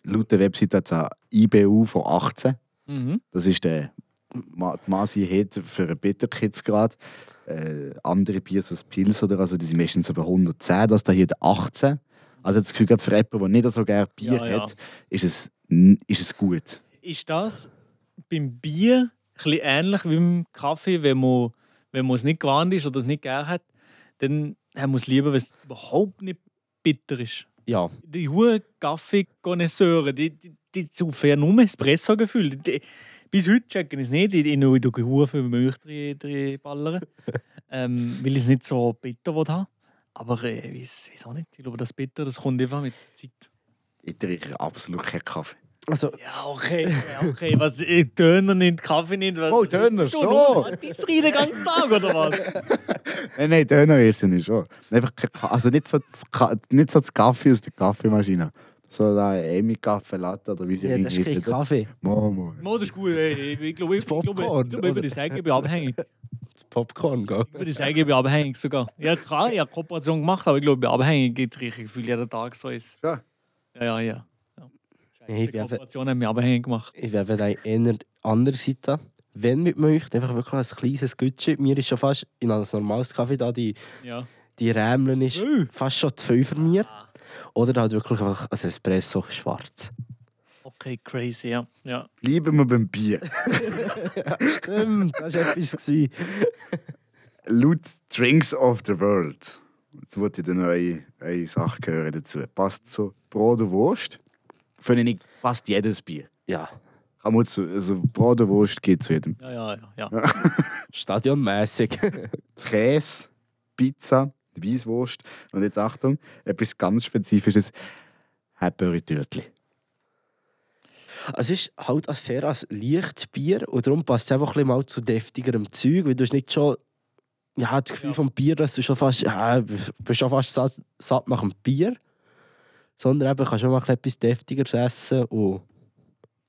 Laut der Website hat es eine IBU von 18. mhm. Das ist der Ma die Maßeinheit für einen Bitterkeitsgrad. Äh, andere Bier, so das Pils oder also, die sind meistens über 110, das da hier hat 18. Also jetzt Gefühl, gerade für jemanden, der nicht so gerne Bier Ja, ja. hat, Ist, es, n- ist es gut. Ist das beim Bier ein bisschen ähnlich wie beim Kaffee, wenn man, wenn man es nicht gewandt ist oder es nicht gern hat, dann haben wir es lieber, wenn es überhaupt nicht bitter ist. Ja, Die hohen Kaffee-Connoisseure, die, die, die saufen ja nur Espresso gefühlt. Die- Bis heute checken ich es nicht. Ich nur in der für Milch drin- drin ballern. ähm, weil ich es nicht so bitter will haben Aber äh, wie's- wieso nicht? Ich glaube, das Bitter das kommt einfach mit der Zeit. Ich trinke absolut keinen Kaffee. also Ja, okay, ja, okay. Was, äh, Döner nicht, Kaffee nicht. Was, Oh, was- Döner, bist du schon. nur an Dies reden den ganzen Tag, oder was? Nein, nein, Döner essen ich schon. Einfach kein Ka also nicht so, das Ka nicht so das Kaffee aus der Kaffeemaschine. So da Emi Kaffee Latte oder wie sie ja, das ist kein Kaffee. Momo. Mo, das ist gut. Ey. Ich- Ich glaube, ich, ich, glaube, ich, Popcorn, glaube, ich oder? würde sagen, ich bin abhängig. Popcorn, gell? Ich würde sagen, ich bin abhängig sogar. Ja, klar, ich habe Kooperation gemacht, aber ich glaube, ich bin abhängig. Ich trinke gefühlt jeden Tag so ist. Ja. Ja, ja, ja. ja. Nee, ich Die bin einfach- Kooperation hat mich abhängig gemacht. Ich wäre vielleicht eher andere Seite. Wenn mit möchte, einfach wirklich ein kleines Gütchen. Mir ist schon fast in einem normalen Kaffee da, die, Ja. die Rämlen ist fast schon zu viel für mir. Oder halt wirklich einfach ein Espresso schwarz. Okay, crazy, ja. ja. Bleiben wir beim Bier. Stimmt, das war etwas. gewesen. Laut Drinks of the World. Jetzt wollte ich dann noch eine, eine Sache hören dazu. Passt zu Brot und Wurst? Finde ich nicht, passt jedes Bier. Ja, Kann man zu, also Brot und Wurst geht zu jedem. Ja, ja, ja. ja. stadionmäßig. Käse, Pizza, Weisswurst und jetzt Achtung, etwas ganz Spezifisches. Häpperi-Törtli. Es ist halt ein sehr als leichtes Bier und darum passt es einfach ein bisschen mal zu deftigerem Zeug, weil du hast nicht schon ja, das Gefühl Ja. vom Bier, dass du schon fast, ja, bist schon fast satt, satt nach dem Bier, sondern eben kannst du mal ein bisschen etwas deftigeres essen und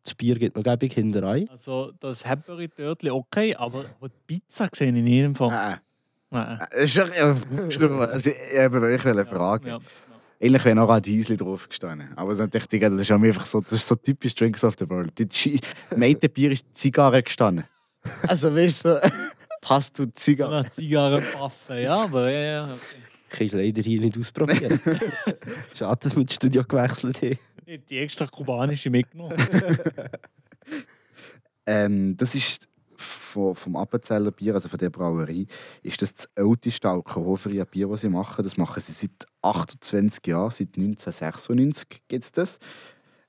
das Bier geht noch gäbig hinterher. Also, das Häpperi-Törtli, okay, aber, aber die Pizza sehe ich in jedem Fall. Ah, Nein. äh, ist doch- äh, ist doch- also, Ich ich habe wirklich eine Frage. Ja. Eigentlich wäre noch ein Diesel drauf gestanden. Aber dann dachte ich, das ist einfach so, das ist so typisch Drinks of the World. Die Schi- Meinte Bier ist Zigarre gestanden. Also weißt du, Genau. so, passt du Ja. Zigarre. Nach Zigarrenpaffe, ja, aber ja, ja. okay. Ich habe es leider hier nicht ausprobiert. Schade, dass wir das Studio gewechselt haben. Ich hätte die extra kubanische mitgenommen. Ähm, das ist vom, vom Appenzeller Bier, also von der Brauerei, ist das das älteste alkoholfreie Bier, das sie machen. Das machen sie seit 28 Jahren, seit 1996 gibt es das.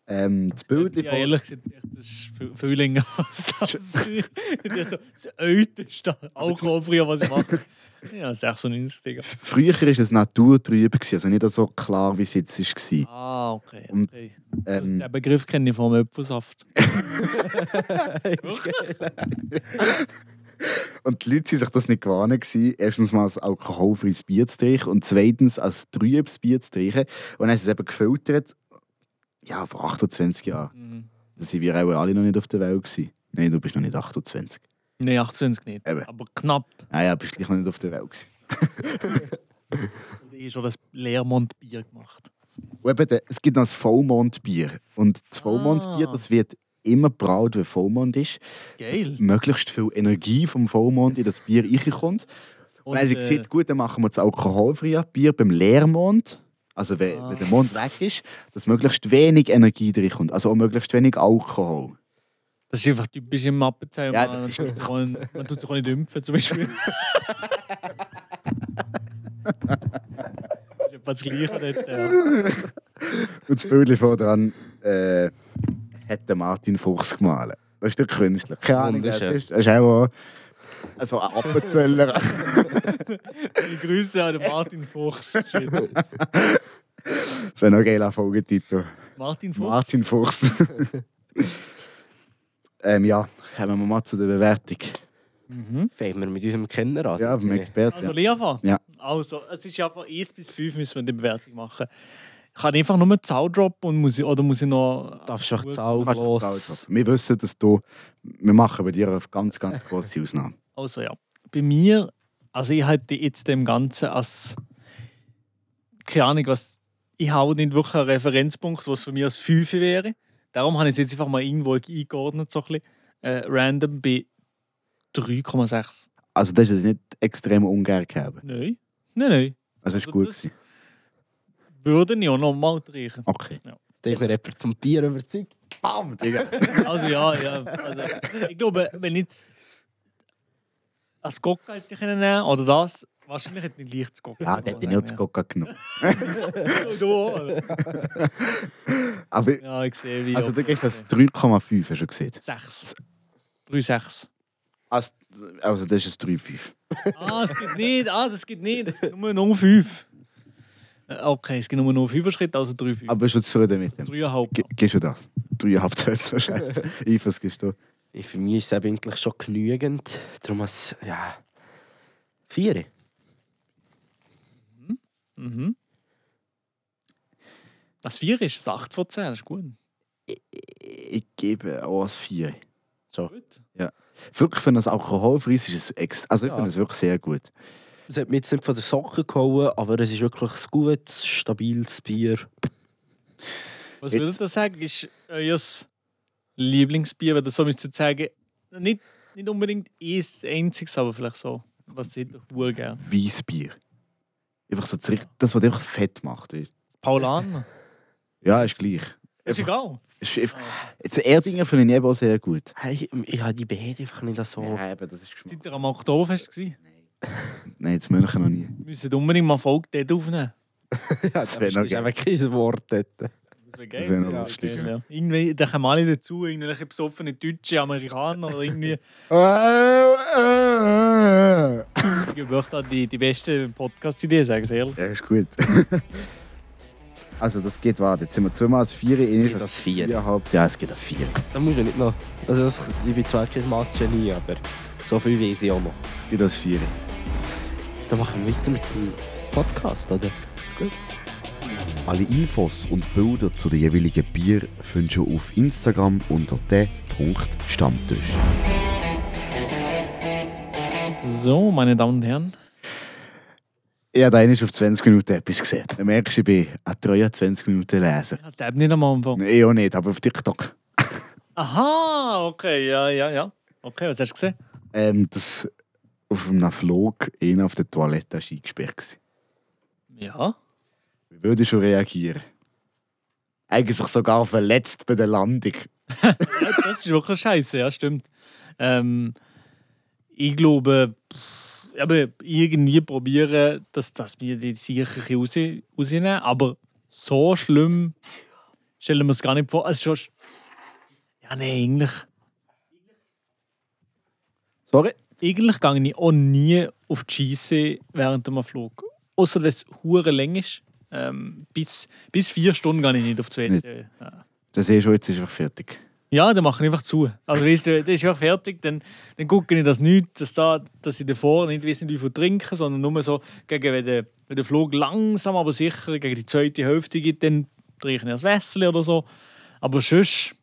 Ähm, das Bild Ja, ehrlich gesagt, das ist viel- viel länger als das. Das, so, das älteste Alkoholfrei, was ich mache. Ja, 96, Digga. Früher war es naturtrüb, gewesen, also nicht so klar, wie es jetzt war. Ah, okay. Und- okay. Ähm, Den Begriff kenne ich vom Apfelsaft. Und die Leute waren sich das nicht gewohnt. gewesen. Erstens mal als alkoholfreies Bier zu trinken und zweitens als trübes Bier zu trinken. Und dann haben sie es eben gefiltert. Ja, vor 28 Jahren. Mhm. Da waren wir auch alle noch nicht auf der Welt. Gewesen. Nein, du bist noch nicht 28. Nein, 28 nicht. Eben. Aber knapp. Naja, bist gleich noch nicht auf der Welt. Gewesen. Und Ich habe schon das Leermond-Bier gemacht. Und eben, der- es gibt noch das Vollmondbier. Und das Ah. Vollmondbier, das wird immer braut, wenn Vollmond ist. Geil. Möglichst viel Energie vom Vollmond in das Bier reinkommt. Und dann haben sie äh, gesagt, gut, dann machen wir das alkoholfreie Bier beim Leermond. Also wenn, Ah. wenn der Mond weg ist, dass möglichst wenig Energie drin kommt. Also auch möglichst wenig Alkohol. das ist einfach typisch im Appenzell. Ja, man, das ist- man, tut sich auch nicht- man tut sich auch nicht impfen, zum Beispiel. das ist etwa das Gleiche dort. Ja. Und das Bild voran äh, hat der Martin Fuchs gemalt. Das ist der Künstler. Keine Ahnung, wer das Wunderschön. ist, das ist auch also ein Appenzeller. Ich grüße an den Martin Fuchs. Shit. das wäre noch ein geiler Folgetitel. Martin Fuchs. Martin Fuchs. ähm, ja, kommen wir mal zu der Bewertung. Mhm. Fangen wir mit unserem Kenner an. Ja, aber mit Experten. Also, Ja. Liafa. Ja. Also, es ist ja von 1 bis 5 müssen wir die Bewertung machen. Ich kann einfach nur eine Zahl droppen und muss ich, oder muss ich noch. Darfst du auch Kannst du zahllos. bezahlen. Wir wissen, dass du. Wir machen bei dir eine ganz, ganz große Ausnahme. Also, ja. Bei mir, also ich hätte jetzt dem Ganzen als. Keine Ahnung, was. Ich habe nicht wirklich einen Referenzpunkt, was für mich als 5 wäre. Darum habe ich es jetzt einfach mal irgendwo eingeordnet, so ein bisschen. Äh, random bei 3,6. Also, das ist nicht extrem ungern gegeben. Nein. Nein, nein. Also, ist Also gut. das- gewesen. Würde ich auch nochmal reichen. Okay. Da ist mir jemand zum Bier überzeugt. Bam, Digga. Also ja, ja. Also, ich glaube, wenn ich jetzt ein Gok hätte können nehmen oder das, wahrscheinlich hätte ich gleich das Gok. Ja, der hat die nicht zu Coca genommen. Gok. Du, Aber ja, ich sehe, wie. also, da gibst du das 3,5, hast du gesehen. 6. 3,6. Also, also das ist ein 3,5. Ah, es geht nicht, ah, das geht nicht, es gibt nur noch 5. Okay, es gibt nur noch 5 Schritte, also 3,5. Aber bist du zufrieden mit dem? 3,5. Ge- Gehst du das? 3,5 Töne, so scheiße. Yves, was gibst du? Ja, Für mich ist es eben eigentlich schon genügend. Darum als, ja, vier. Mhm. Das 4 ist das 8 von 10, das ist gut. Ich gebe auch ein 4. Gut. Wirklich, für das alkoholfreies ist es extra. Also, ich Ja. finde es wirklich sehr gut. Es hat mich jetzt nicht von der Socke gehauen, aber es ist wirklich ein gutes, stabiles Bier. Was Jetzt- würdet ihr sagen, ist euer Lieblingsbier, wenn ihr so müsstet sagen, nicht, nicht unbedingt eins einziges, aber vielleicht so, was seht ihr hure gern? Weißbier. Einfach so das richt- das, was dich einfach fett macht. ey. Paulaner? Ja, ist gleich. Ist egal. Ist einfach, jetzt Erdinger finde ich eben auch sehr gut. Ich, ich habe die beiden einfach nicht so. eben, das ist Geschmack. Seid ihr am Oktoberfest gewesen? Nein, jetzt München noch nie. Wir müssen unbedingt mal Folge dort aufnehmen. das wär noch ist geil. einfach kein Wort dort. Das wäre Das geil. wäre noch lustig. Ja. Irgendwie, da kommen alle dazu, irgendwelche besoffenen Deutsche, Amerikaner oder irgendwie. Ja, Ich möchte auch die, die beste Podcast-Idee, sag ich ehrlich. Ja, ist gut. also, das geht, warte. Jetzt sind wir zweimal als Vierer. ähnlich Geht als das Vier? Viereinhalb. Ja, es geht als Vierer. Da musst du nicht noch. Also das, ich bin zwar kein Matschenie, aber so viel weiß ich auch noch. Geht als Vierer. Dann machen wir weiter mit dem Podcast, oder? Alle Infos und Bilder zu den jeweiligen Bier findest du auf Instagram unter d.stammtisch. So, meine Damen und Herren. Ich habe einmal auf 20 Minuten etwas gesehen. Dann merkst du, ich bin ein treuer 20 Minuten Leser. Ich hab's nicht am Anfang. Nein, ich auch nicht, aber auf TikTok. Aha, okay, ja, ja, ja. Okay, was hast du gesehen? Ähm, das auf einem Flug einer auf der Toilette ist eingesperrt. gewesen. Ja. Wie würdest du reagieren? Eigentlich sogar verletzt bei der Landung. Ja, das ist wirklich scheiße, ja, stimmt. Ähm, ich glaube, pff, aber irgendwie probieren, dass, dass wir die sicher raus, rausnehmen. Aber so schlimm stellen wir es gar nicht vor. Also schon, ja, nee, eigentlich. Sorry. Eigentlich gehe ich auch nie auf die Scheisse während einem Flug. Außer wenn es hure lang ist. Ähm, bis, bis vier Stunden gehe ich nicht auf die Toilette. Ja. Das ist schon, jetzt ist einfach fertig. Ja, dann mache ich einfach zu. Also, weißt du, das ist einfach fertig. Dann, dann gucke ich, dass nicht, dass, da, dass ich davor nicht wissen, wie viel trinken, sondern nur so, gegen, wenn, der, wenn der Flug langsam, aber sicher gegen die zweite Hälfte geht, dann trinke ich ein Wässerchen oder so. Aber sonst,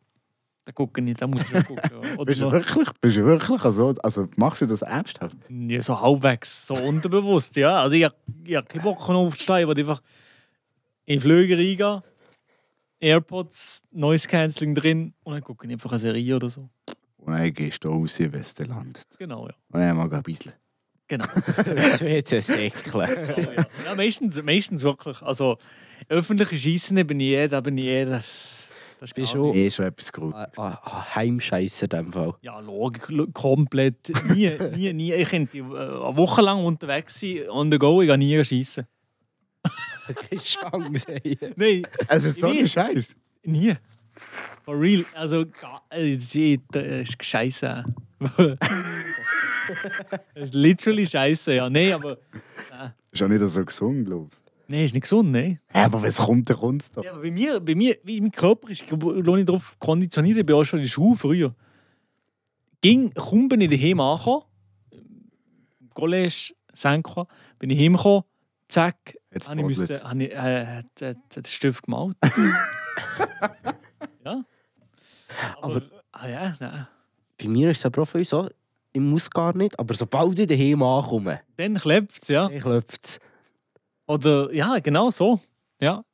da gucke ich nicht, da muss ich schon gucken. Oder Bist du noch, wirklich, bist du wirklich so? Also machst du das ernsthaft? ja, so halbwegs, so unterbewusst. Ja. Also, ich, hab- ich habe keinen Bock noch aufzustehen, weil ich einfach in den Flüger reingehe, AirPods, Noise Cancelling drin und dann gucke ich einfach eine Serie oder so. Und dann Oh gehst du raus in Westen landet. Oh Genau, ja. Und dann mag ich ein bisschen. Genau. du jetzt ein Säckchen. Oh, ja. ja, meistens, meistens wirklich. Also, öffentliche Schießen bin ich eh, da bin ich eh. Das, das ist Bist gar du- nicht- Eh schon etwas gut. Ah, ah, ah, Heimscheisser in dem Fall. Ja, logisch, lo- komplett. Nie, nie, nie. Ich könnte äh, eine Woche lang unterwegs sein, on the go, ich gehe nie schießen. Keine Chance. ey. Nein, Also so ein äh, weiß. Scheiß. nie. For real. Also, ga- äh, sie äh, ist scheiße. das ist literally scheiße, ja. Nein, aber. Ist auch nicht so gesund, glaubst du? Nein, ist nicht gesund, nein. Ja, Aber wenn es kommt, dann kommt es doch. Ja, aber bei mir, bei mir, wie mein Körper ist, glaube ich, darauf konditioniert. Ich bin auch schon in der Schule früher. Ging, kaum bin ich daheim angekommen, College senken. Bin ich heimgekommen, zack, Jetzt habe ah, ich, brodelt. müsste, habe ich äh, hat- hat- hat den Stift gemalt. ja. Aber, ah ja, nein. Bei mir ist es aber auch viel so, ich muss gar nicht, aber sobald ich daheim ankomme, Dann klebt es, ja. ich klopft Oder, ja, genau so. Ja.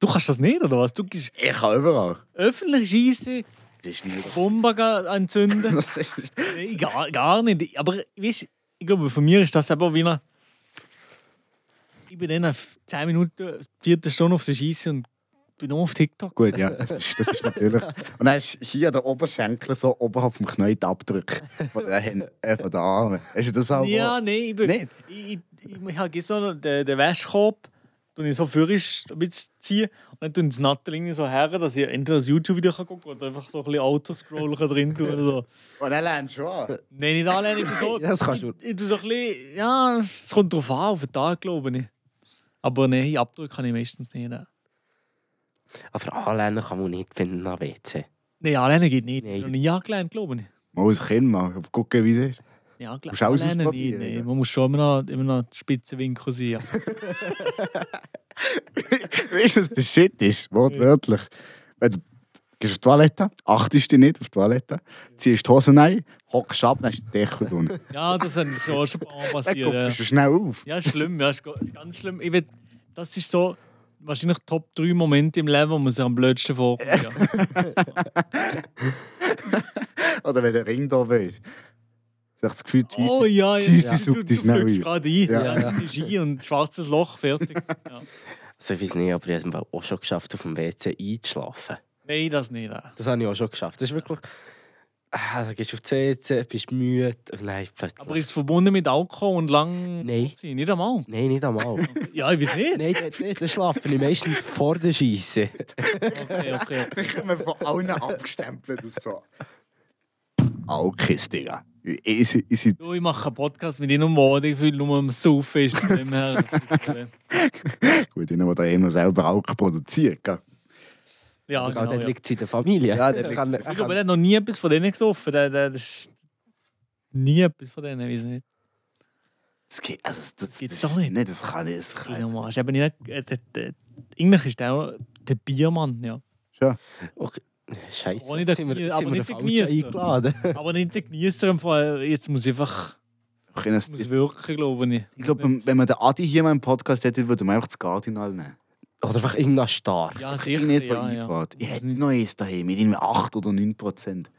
Du kannst das nicht, oder was? Du gehst Ich kann überall. öffentlich schießen, Das ist mir Bomben ga- anzünden. Das ist- Nee, gar, gar nicht. Aber weißt, ich glaube, von mir ist das eben wieder. Ich bin dann 10 Minuten, vierte Stunde auf der Scheiße und bin nur auf TikTok. Gut, ja, das ist, das ist natürlich. Und dann ist hier der Oberschenkel so oberhalb vom Knie die Abdrücke von den Händen, äh, von den Armen. Hast du das auch? Ja, nein, ich bin. Nicht? Ich, ich, ich, ich habe so den, den Wäschkorb, den ich so fürisch ein bisschen ziehe und dann tue ich das Natteling so her, dass ich entweder das YouTube-Video kann gucken oder einfach so ein bisschen Autoscroll kann drin tun oder so. Und dann lernst du schon an. Nein, nicht allein, ich tue so. Das kannst du. Ich, ich tue so ein bisschen. Ja, es kommt drauf an, auf den Tag, glaube ich. Aber nein, Abdruck kann ich meistens nicht. Nein, Aber anlernen kann man nicht, wenn man WC. Nein, alleine geht nicht. Nein. Ich habe nie angelernt, glaube ich. Mal als Kind mal gucken, wie das ist. Nicht angelernt. Musst du alles Alleine ausprobieren, nicht, ja. nein. Man muss schon immer noch, immer noch die Spitzenwinkel sein. Ja. Weißt du, was der Shit ist? Wortwörtlich. Wenn du gehst auf die Toilette, achtest dich nicht auf die Toilette, ziehst die Hose rein, hockst ab, dann ist die Decke unten. ja, das ist schon schon ein paar Mal Dann passiert. ja. guckst du schnell auf. Ja, ist schlimm, ja, ist go- ist ganz schlimm. Ich will, das ist so wahrscheinlich Top 3 Momente im Leben, wo man sich am blödsten vorkommt. Ja. Oder wenn der Ring da oben ist. Ich habe das Gefühl, Jesus, Oh ja, ja. Jesus ja. Du, sucht du dich schnell fügst ein. gerade ein. Ja. Ja, ja. Das ist ein und schwarzes Loch, fertig. Ja. Also ich weiß nicht, aber ich habe es auch schon geschafft, auf dem WC einzuschlafen. Nein, das nicht. nein. Das habe ich auch schon geschafft. Das ist wirklich... Ah, dann gehst du auf die CC, bist müde und dann plötzlich... Aber ist es verbunden mit Alkohol und lang? Nein. Kurz sein? Nicht einmal. Nein, nicht einmal. Ja, ich weiß nicht. Nein, dort nicht. Dann schlafe ich meistens vor der Scheisse. Okay, okay. Wir kommen von allen abgestempelt aus so. Alkis, Digga. Easy, easy. Du, ich mache einen Podcast mit Ihnen, wo ich fühle, nur am Saufen ist. von dem her. Gut, einer, der da immer selber Alk produziert. Gell? Ja, Aber genau, dort ja. liegt es in der Familie. Ja, dort liegt's. Kann- Ich glaube, kann- der hat noch nie etwas von denen gesoffen. Der, der, das ist nie etwas von denen, weiß ich nicht. Das geht, also, das, das, Gibt's das doch nicht. Nee, das kann nicht. Das kann Ja, Mann, ist eben nicht, äh, der, der, eigentlich ist der auch der Biermann, ja. Scheiße, Aber nicht der jetzt sind wir- Knie- jetzt aber sind wir nicht der falsch Knieser. eingeladen. Aber nicht der Genießer im Fall. Jetzt muss ich einfach Ich kann es- muss wirken, glaube ich. Ich glaube, wenn man den Adi hier mal im Podcast hätte, würde man einfach das Cardinal nehmen. Oder einfach irgendein Star. Ja, Ich sicher. bin jetzt von ja, ja. Einfahrt. Ich hätte nicht noch eins daheim, mit irgendwie 8 oder 9 Prozent.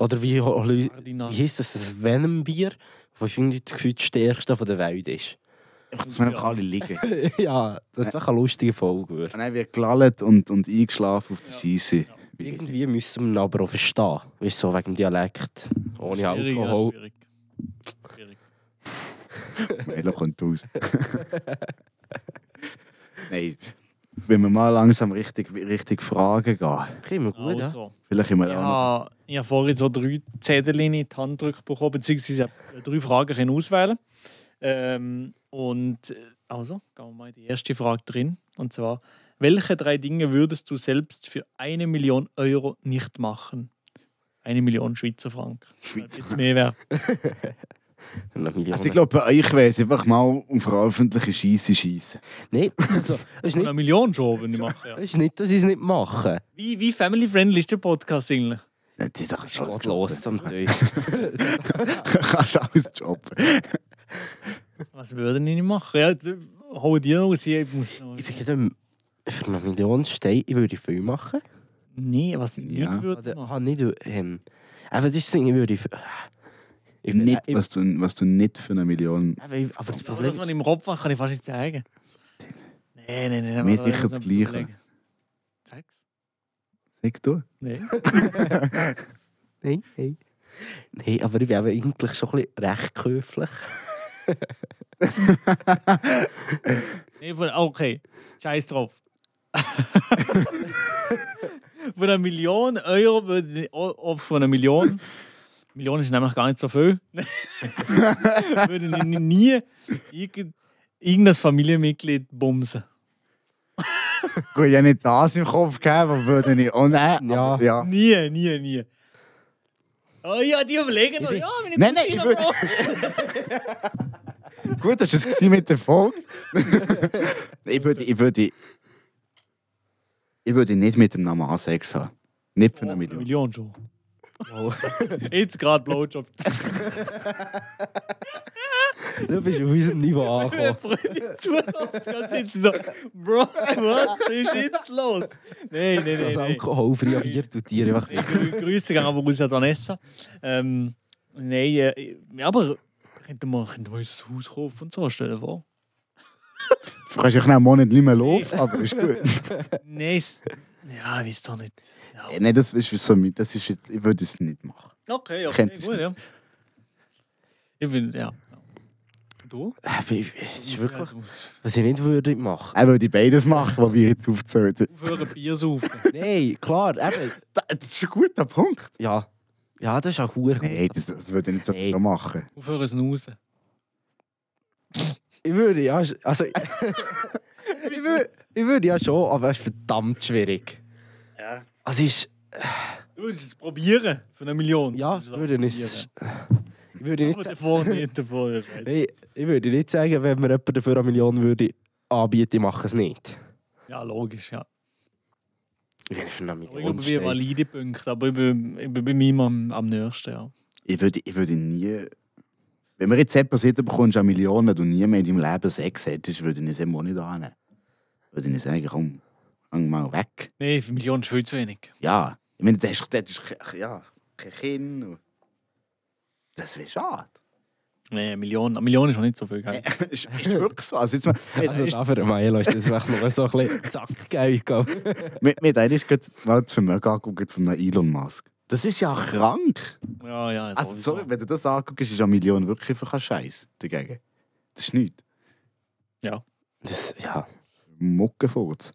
Oder wie, wie Kardinal. heisst das, das Venom-Bier, das irgendwie das Gefühl das stärkste von der Welt ist. Einfach, dass wir Ja. einfach alle liegen. Und ja, das ist doch eine lustige Folge. würde. dann wird gelallt und, und eingeschlafen auf der Scheisse. Wie geht's? Irgendwie müssen wir ihn aber auch verstehen. Weißt du, so wegen dem Dialekt. Ohne Schwierig, ja, Alkohol. Schwierig. Schwierig. Melo kommt raus. Nein, wenn wir mal langsam richtig, richtig Fragen gehen, Okay, immer gut, ja. Also, vielleicht immer ich auch noch. habe, ich habe vorhin so drei Zettel in die Hand gedrückt bekommen, beziehungsweise ich habe drei Fragen können auswählen ähm, Und äh, also, gehen wir mal in die erste Frage drin. Und zwar, welche drei Dinge würdest du selbst für eine Million Euro nicht machen? Eine Million Schweizer Franken. Schweizer. Jetzt mehr wert. Eine Million. Also ich glaube, bei euch wäre es einfach mal um veröffentliche Scheisse schießen. Nein, also, es ist nicht, Eine Million schon, wenn ich mache. Ja. es ist nicht, dass ich es nicht mache. Wie, wie family-friendly ist der Podcast eigentlich? Das ist doch schon Geht los zum Teil. Kannst alles jobben. Was würde ich nicht machen? Ja, jetzt, äh, hol dir noch aus, ich muss noch. Ich bin gerade am- für eine Million stehen, ich würde viel machen. Nee, was ich nicht Ja. würde Oder, machen. ah, nicht, ähm, aber das Ding, ich würde... Ich, ich, Nicht, ich, was, du, was du nicht für eine Million. aber ich, aber das Ja, aber Problem das, was ich im Kopf mache, kann ich fast nicht sagen. Nein, nein, nein. Mir aber ist sicher muss das noch Gleiche. überlegen. Sex? Sag du? Nein. Nein, nein. Nein, aber ich bin eben eigentlich schon ein bisschen recht käuflich. Nee, von, okay, scheiß drauf. von einer Million Euro würde ich, oh, oh, von einer Million, Million ist nämlich gar nicht so viel, würde ich nie- nie irgend- irgendein Familienmitglied bumsen. Gut, ich habe nicht das im Kopf gehabt, aber würde ich. Oh nein. Ja. aber- ja. Nie, nie, nie. Oh ja, die überlegen noch. Ja, meine Nein, nein, Cousine, ich würd- Bro. Gut, das war es gewesen mit der Folge. ich würde. Ich würde ich würde nicht mit dem Namen Sex haben. Nicht für eine Eine Million. Million schon. Jetzt gerade Blowjob. Du bist auf unserem Niveau angekommen. Freunde zuhört, die ganze Zeit so, Bro, was ist jetzt los? Nein, nein, nein. Das nein. alkoholfreie Bier tut dir einfach... Ich grü- Grüße gehen aber raus an Vanessa. Ähm, nein, äh, ja, aber könnten wir, könnten wir uns ein Haus kaufen und so stellen vor? Du kannst ja einen Monat nicht mehr laufen, aber ist gut. Nein, es- ja, ich weiß doch nicht. Ja. Äh, Nein, das ist so mit. Das ist jetzt, ich würde es nicht machen. Okay, okay, Kennt es gut, ja. Ich will, ja. Du? Äh, ich- es ist wirklich... Ja, du- Was ich nicht würde machen. Er würde beides machen, was wir jetzt aufzählen. Aufhören, Bier saufen. Nein, klar, eben. Da- Das ist ein guter Punkt. Ja. Ja, das ist auch gut. Nein, das, das würde ich nicht so Nein. machen. Aufhören, snusen. Ich würde ja... sch- Also... ich würde, ich würde ja schon, aber es ist verdammt schwierig. Ja. Also es ist... Du willst es probieren für eine Million. Ja, ich würde nicht... Ich würde nicht Aber davon nicht, davon nicht. weiss. Hey, ich würde nicht sagen, wenn mir jemand dafür eine Million würde anbieten, ich mache es nicht. Ja, logisch, ja. Ich bin für eine Aber ich glaube, Million. wir haben steht. valide Punkte, aber ich bin, ich bin bei meinem am, am nächsten, ja. Ich würde, ich würde nie. Wenn wir jetzt etwas hinterbekommst, eine Million, wenn du nie mehr in deinem Leben Sex hättest, würde ich es immer nicht annehmen. Würde ich sagen, komm, fang mal weg. Nein, für Millionen ist viel zu wenig. Ja. Ich meine, das ist, das ist ke- ja, kein Kind. und- Das wäre schade. Nein, eine Million, eine Million ist noch nicht so viel, gell? ist, ist wirklich so. Also jetzt mal, jetzt Also ist, dafür ein Milo ist das echt nur so ein bisschen zack, geil. gegangen. mit, mit einem ist gerade mal das Vermögen angeguckt von Elon Musk. Das ist ja krank. Äh, Ja, ja. Also, sowieso. sorry, wenn du das anguckst, ist eine Million wirklich einfach ein Scheiß dagegen. Das ist nichts. Das, ja. Muckefurz.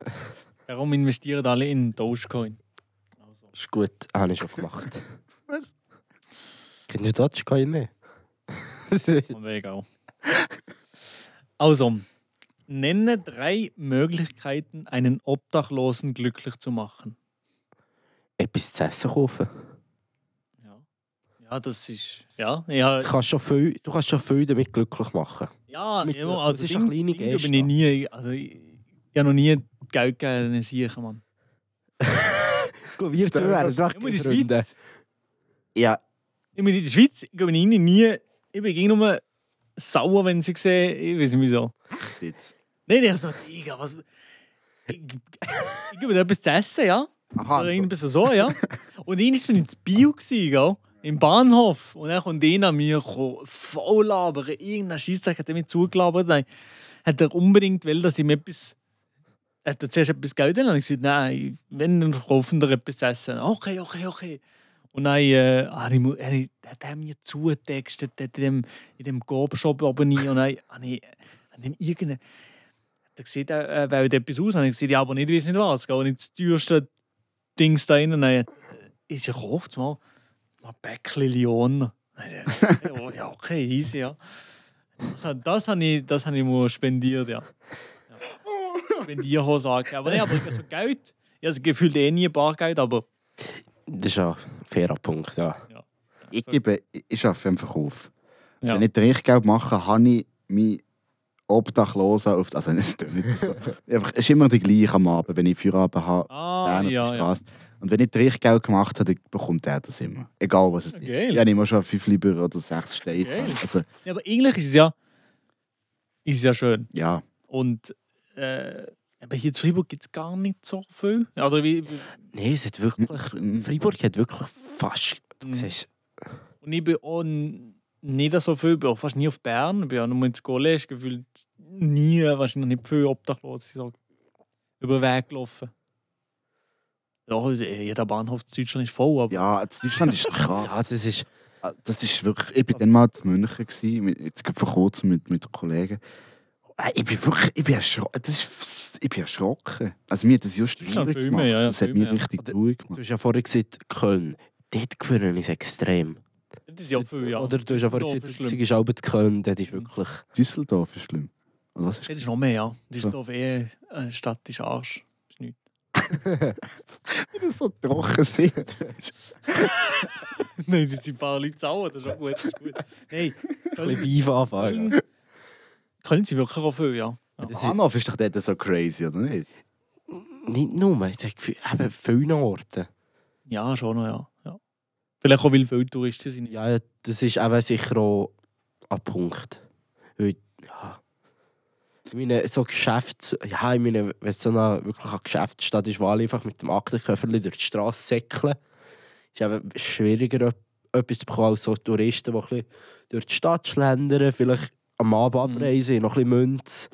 Warum investieren alle in Dogecoin? Also. Ist gut, habe ich schon gemacht. Was? Kennst du Dogecoin nicht? Mir egal. Also, nenne drei Möglichkeiten, einen Obdachlosen glücklich zu machen. Etwas zu essen kaufen. Ja, ja das ist. Ja, ja, Du kannst schon viel, du kannst schon viel damit glücklich machen. ja Mit- immer, das also ist ich eine kleine bin Geste. ich nie. Also, ich, ich habe noch nie Geld gegeben, einen Siechen, Mann. Gut, wir zwei wären es Immer in der Schweiz. Ja, Immer in der Schweiz gehe ich rein, nie. Ich bin ging nur eh, sauer, wenn sie sehen. Ich weiß nicht wieso. jetzt. Nein, der so, Digga, was. Ich, ich gebe dir etwas zu essen, ja? Aha, also- Oder so. irgendwie so. so, ja. Und ich war in Bio, gewesen, gell? im Bahnhof. Und dann kommt einer an mir kam voll labern. Irgendein Scheissdreck hat er mir zugelabert. Dann hat er unbedingt will, dass ich mir etwas. Hat er zuerst etwas Geld gegeben? Und ich gesagt, nein, wenn, dann kaufen wir etwas zu essen. Okay, okay, okay. Und dann äh, habe ich, mu- habe ich, hat er mir zugetextet, hat in dem, in dem Gob-Shop oben rein. Und dann habe ich, habe ich ihm irgendeinen. Hat er gesagt, er äh, wählt etwas aus. Und ich gesagt, ja, aber nicht, weiß nicht was. Gell? Und jetzt das teuerste Dings da rein. Dann ist er gekauft, mal ein Päckchen Lyon. Ja, ja, okay, easy, ja. Das, hab- das habe ich, das hab ich mal spendiert, ja. ja. Spendierhose angegeben. Aber, nee, aber so Geld, ich habe das Gefühl, eh nie Bargeld, aber Das ist ein fairer Punkt, ja. Ich gebe, ich- ich arbeite im Verkauf. Ja. Wenn ich Trinkgeld mache, habe ich mein Obdachlosen auf. Also, es tut nicht so. Einfach, es ist immer die gleiche am Abend, wenn ich Feierabend habe. ah, Bern auf ja, der ja. Straße. Und wenn ich Trinkgeld gemacht habe, dann bekommt er das immer. Egal was es ist. Geil. Ja, ich muss schon fünf Lieber oder sechs Steine. Geil. Also, ja. Aber eigentlich ist es ja, ist es ja schön. ja. Und äh, aber hier in Freiburg gibt es gar nicht so viel. Oder wie, wie- Nein, es hat wirklich... Freiburg hat wirklich fast... Du Mhm. siehst, Und ich bin auch n- nicht so viel, ich bin auch fast nie auf Bern. Ich bin auch nur ins College gefühlt nie, wahrscheinlich nicht viel obdachlos, ich sag, über den Weg gelaufen. Ja, also, eh, jeder Bahnhof in Deutschland ist voll, aber Ja, in Deutschland ist krass. ja, das ist... Ah, Das ist wirklich. Ich bin dann mal zu München gewesen, mit- jetzt gerade vor kurzem mit, mit Kollegen. Ah, Ich bin wirklich, ich bin erschrocken. Das ist, ich bin erschrocken. Also mir hat das just Das ist ein traurig Film, gemacht. ja, ja, das hat Film, mich ja. richtig Oder- traurig Du gemacht. hast ja vorhin gesagt, Köln. Dort gewöhne ich es extrem. das ist ja viel, ja. Oder du hast ja Düsseldorf vorhin ist gesagt, schlimm. du bist auch zu Köln, dort ist wirklich... Düsseldorf ist schlimm. Oder was ist Das ist noch mehr, ja. Das ist doch eh eine Stadt, ist Arsch. Ist nichts. das? so trocken sind. Nein, das sind ein paar Leute sauer, das ist auch gut. Das ist gut. Nein, Ein bisschen Beef anfangen. Köln, Köln sind wirklich auch viel, ja. Das ist Hannover ist doch dort so crazy, oder nicht? nicht nur, ich habe das Gefühl, eben vielen Orten. Ja, schon noch, ja. ja. Vielleicht auch, weil viele Touristen sind. Ja. Ja, das ist eben sicher auch ein Punkt. Weil, ja. Ich meine, so Geschäfts... Ja, ich meine, wenn es so eine, wirklich eine Geschäftsstadt ist, wo alle einfach mit dem Aktenköfferli durch die Straße säckeln, ist eben schwieriger, ep- etwas zu bekommen als so Touristen, die ein bisschen durch die Stadt schlendern, vielleicht am Abend Mhm. abreisen, noch ein bisschen Münz.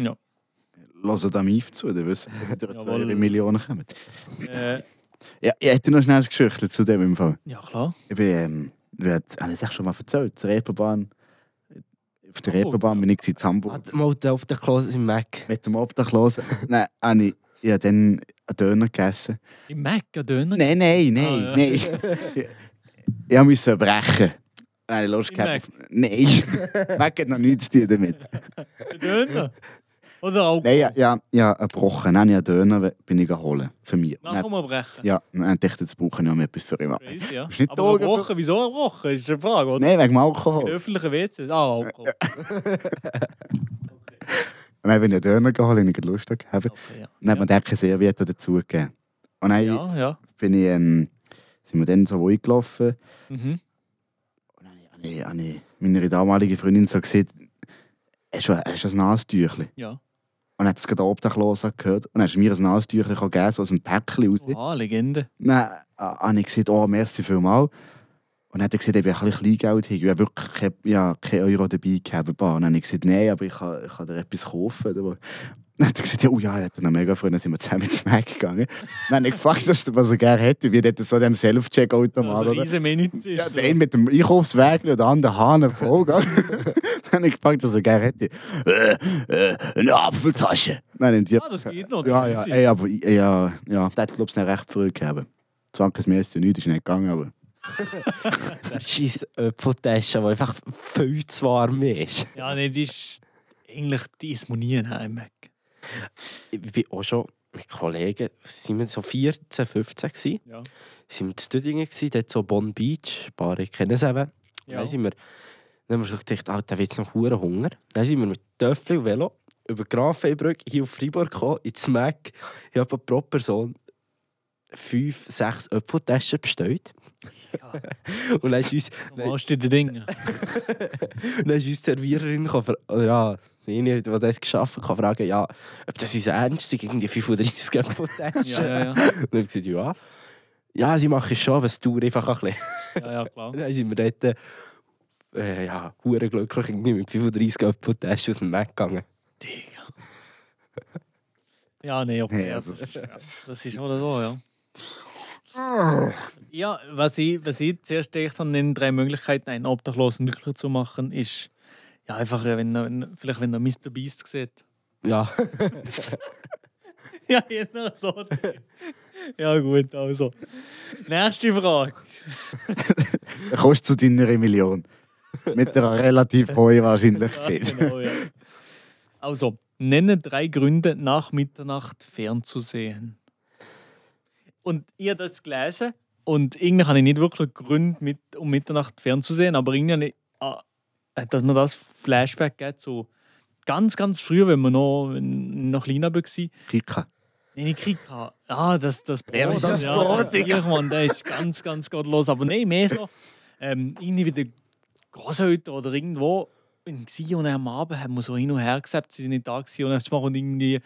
Hört am Eif zu, dann wissen wir, dass ihr zu Jawohl. eurer Millionen kommt. Äh, Ja, ich hätte noch schnell eine Geschichte zu dem im Fall. ja, klar. Ich bin, ähm, wie hat es schon mal erzählt, zur Reeperbahn. Auf der Hamburg. Reeperbahn bin ich in Hamburg. Warte Mal da auf der Klose im Mac. Mit dem Obdachlosen. nein, habe ich, ich habe dann einen Döner gegessen. Im Mac, ein Döner. Nein, nein, nein, Ah, ja. nein. Ich, ich musste brechen. Dann habe ich Lust Im gehabt. auf- Nein, Mac hat noch nichts zu tun damit. Ein Döner. Oder auch. Nein, ja, ja, ja gebrochen. Nein, ja, Döner bin ich geholt. Für mich. Nachher Nein, mal brechen. ja, nein, ich dachte, jetzt brauche ich noch etwas für ihn. Crazy, ja. Ist nicht Aber Drogen- erbrochen, wieso erbrochen? Ist eine Frage, oder? Nein, wegen dem In Alkohol. öffentlichen WC. Ah, Alkohol. Nein, wenn ich einen Döner geholt habe, ich gerade Lust gehabt. Okay, ja. Dann hat man ja. keine Serviette dazugegeben. Und dann Ja, ja. bin ich, ähm, sind wir dann so ruhig gelaufen. Mhm. Und dann habe ich, habe ich meiner damaligen Freundin so gesagt, hast du, hast du ein Nastüchli? Ja. Und dann hat es gerade der Obdachlose gehört. Und dann hast du mir ein Nastüchli gegeben, so aus dem Päckchen raus. Oha, Legende. Dann äh, habe ich gesagt, oh, merci vielmals. Und dann hat er gesagt, ich habe ein bisschen Kleingeld. habe. Ich habe wirklich kein, ja, kein Euro dabei gehabt. Und dann habe ich gesagt, nein, aber ich kann, ich kann dir etwas kaufen. Oder? was. Dann hat er gesagt, ja, oh ja, er hat noch mega Freunde, dann sind wir zusammen ins Mac gegangen. Dann habe ich gefragt, dass er dus, was er gerne hätte, wie dort so dem Self-Check-Automat. Also, oder? riesen Menü. ist ja, da. der eine mit dem Einkaufswagen und der andere Hahn voll. gell? dann habe ich gefragt, dass er gerne hätte. Äh, äh, eine Apfeltasche. Nein, nimmt die Ah, das geht noch. ja, das ja, ist- ey, aber ich- ja, ja, das hat glaube ich nicht recht früh gegeben. Zwankes mir ist ja nichts, ist nicht gegangen, aber Scheiß Öpfeltasche, die einfach viel zu warm ist. Ja, nee, die ist eigentlich die ist mir nie ein Heimac. ich bin auch schon mit Kollegen, sind wir so 14, 15 gewesen, Ja. sind wir in Tüdingen gewesen, dort so Bonn Beach, Bar, ich kenne es eben. Dann sind wir, dann haben wir so gedacht, Alter, da wird noch hure Hunger. Dann sind wir mit Töffel und Velo über die Grafenbrücke hier auf Freiburg gekommen, ins Mac. Ich habe pro Person fünf, sechs Apfeltaschen bestellt. Ja. und dann ist uns, Wo hast du die Dinge? und dann ist uns die Serviererin, gekommen, ver- oder ja, eine, die das geschafft hat, gekommen, fragen, ja, ob das unser Ernst ist, irgendwie 35 Apfeltaschen. Ja, ja, ja. Und ich gesagt, ja. Ja, sie machen es schon, aber es dauert einfach ein bisschen. Ja, ja, klar. Dann sind wir dort, äh, ja, hure glücklich irgendwie mit 35 Apfeltaschen aus dem Mac gegangen. Digga. Ja, nee, okay. Ja, ja, das, das- ist, das ist oder so, ja. Ja, was ich, was ich zuerst gedacht habe, in drei Möglichkeiten, einen Obdachlosen glücklich zu machen, ist ja einfach, äh, wenn er, wenn, vielleicht wenn er Mr. Beast sieht. Ja, Ja, genau so. Ja, gut, also. Nächste Frage. er kostet zu deiner Million. Mit einer relativ hohen Wahrscheinlichkeit. Ja, genau, ja. Also, nenne drei Gründe, nach Mitternacht fernzusehen. Und ich habe das gelesen und irgendwie habe ich nicht wirklich Gründe, mit, um Mitternacht fernzusehen, aber irgendwie habe ich, ah, dass man das Flashback gibt, so ganz, ganz früh, wenn man noch, wenn ich noch kleiner war, Kika. Nee, ich krieg keinen. Ah, das, das Brot. Ja, das ja, Brot, das Digga. Sieg, Mann, der ist ganz, ganz gottlos. Aber nein, mehr so. Ähm, irgendwie bei den Großeltern oder irgendwo. In Xi und am Abend haben wir so hin und her gesagt, sie sind nicht da gewesen. Und erst mal kommt irgendwie,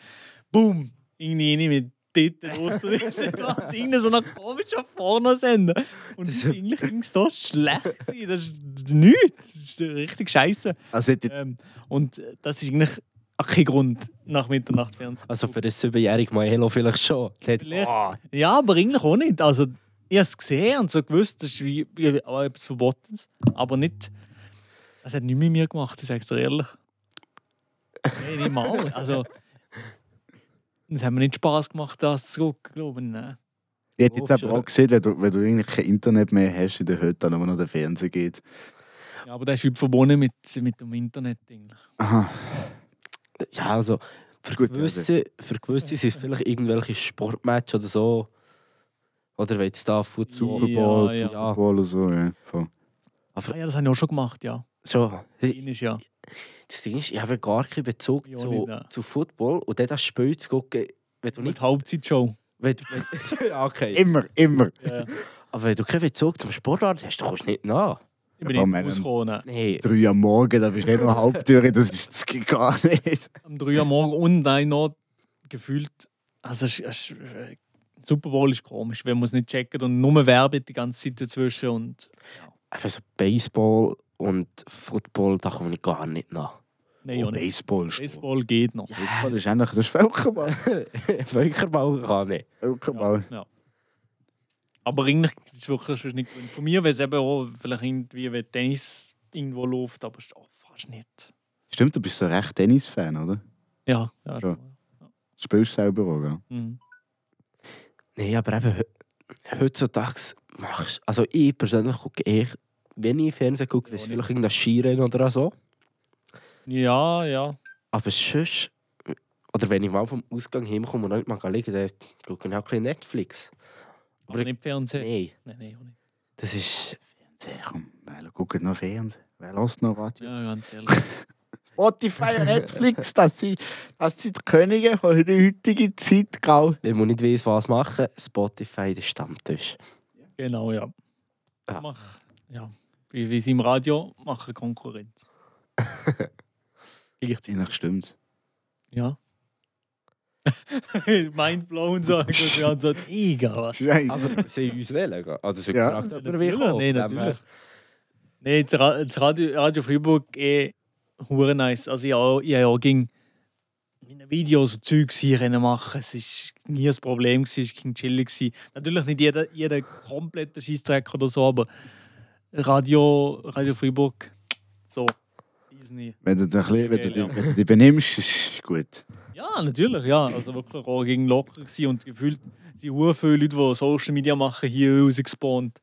boom, irgendwie eine mit Titten raus. Und ich sag, was, Irgendein so ein komischer Pornosender. Und das ist eigentlich irgendwie so schlecht. gewesen. Das ist nichts. Das ist richtig scheiße. Also, die- Ähm, und das ist eigentlich auch kein Grund, nach Mitternacht Fernsehen zu also für ein 7-jähriges Hello vielleicht schon. Der hat- Vielleicht. Ja, aber eigentlich auch nicht. Also, ich habe es gesehen und so gewusst, das ist wie, wie auch etwas Verbotenes. Aber nicht. Es hat nichts mit mir gemacht, ich sage es dir ehrlich. Nein, nicht mal. Also, es hat mir nicht Spaß gemacht, das zu gucken, glaube ich. Nein. ich hätte jetzt Wurscht, aber oder? auch gesehen, wenn du, wenn du irgendwie kein Internet mehr hast in der Hütte, dann nur noch der Fernseher geht. Ja, aber das ist wie verbunden mit, mit dem Internet. Eigentlich. Aha. ja, also für Gut, gewisse, für gewisse sind es vielleicht irgendwelche Sportmatches oder so. Oder wenn es da Food Super Ja, Bowl ja. ja. Wohl und so, ja. Voll. Ah, ja, das habe ich auch schon gemacht, ja. Schon. Klinisch, ja. Das Ding ist, ich habe gar keinen Bezug Ja, nicht, zu, nein. zu Football und dann das Spiel zu gucken, wenn du Mit nicht. Halbzeitshow. Wenn, du- wenn, Ja, okay. Immer, immer. Ja. Aber wenn du keinen Bezug zum Sportart hast, du kommst nicht nach. Ich bin Ja, nicht Mann. rausgekommen. Nein. Drei am Morgen, da bist du nicht noch Halbtüre, das ist das geht gar nicht. Am 3 Uhr morgens und dann noch gefühlt. Also, es, es, äh, Super Bowl ist komisch, wenn man es nicht checkt und nur Werbe die ganze Zeit dazwischen. Und, Eben so Baseball und Football, da komme ich gar nicht nach. nein, Oh, auch nicht. Baseball. ist- Baseball geht noch. Baseball ist eigentlich das ist Völkerball. Völkerball kann ich. Völkerball. Ja. Aber eigentlich ist es wirklich sonst nicht gut. Von mir wäre es eben auch vielleicht irgendwie, wenn Tennis irgendwo läuft, aber es ist auch fast nicht. Stimmt, du bist so recht Tennis-Fan, oder? Ja, ja. Ja. schon. Spielst selber auch, gell? Mhm. Nein, aber eben he- heutzutage machst Also ich persönlich gucke eh, wenn ich Fernsehen gucke, Ja, ist nicht. vielleicht irgendein Skirennen oder so. Ja, ja. Aber sonst, oder wenn ich mal vom Ausgang heimkomme und noch nicht mal liegen kann, dann gucke ich auch ein bisschen Netflix. Aber, nicht Fernsehen. Nein, Nein, nein, auch nicht. das ist... Sehr, komm, wer guckt noch Fernsehen? Wer lässt noch Radio? Ja, ganz ehrlich. Spotify und Netflix, das sind, das sind die Könige von der heutigen Zeit, gell? Wenn man nicht weiss, was machen, Spotify, der Stammtisch. genau, ja. Ja. Mach, ja. Wie, wie sie im Radio machen Konkurrenz. Gleichzeitig. Ziemlich stimmt. Ja. Mindblown so. Gut, wir haben so ein Ego. was? Aber sie uns wählen, gell? also sie Ja. haben gefragt, ob wir Natürlich, willkommen nein, natürlich. Nein, das Ra- das Radio, Radio Freiburg eh hure nice. Also ich auch, ich habe auch ging meine Videos und Zeugs hier können machen. Es ist nie ein Problem gewesen, es ging chillig gewesen. Natürlich nicht jeder, jeder komplette Scheißdreck oder so, aber Radio, Radio Freiburg, so. Disney. Wenn du, dich ein bisschen, wenn, du, Geil, dich- ja. wenn du dich benimmst, ist ist gut. Ja, natürlich, ja. Also wirklich auch ging locker gewesen und gefühlt die hure viele Leute, die Social Media machen, hier rausgespawnt.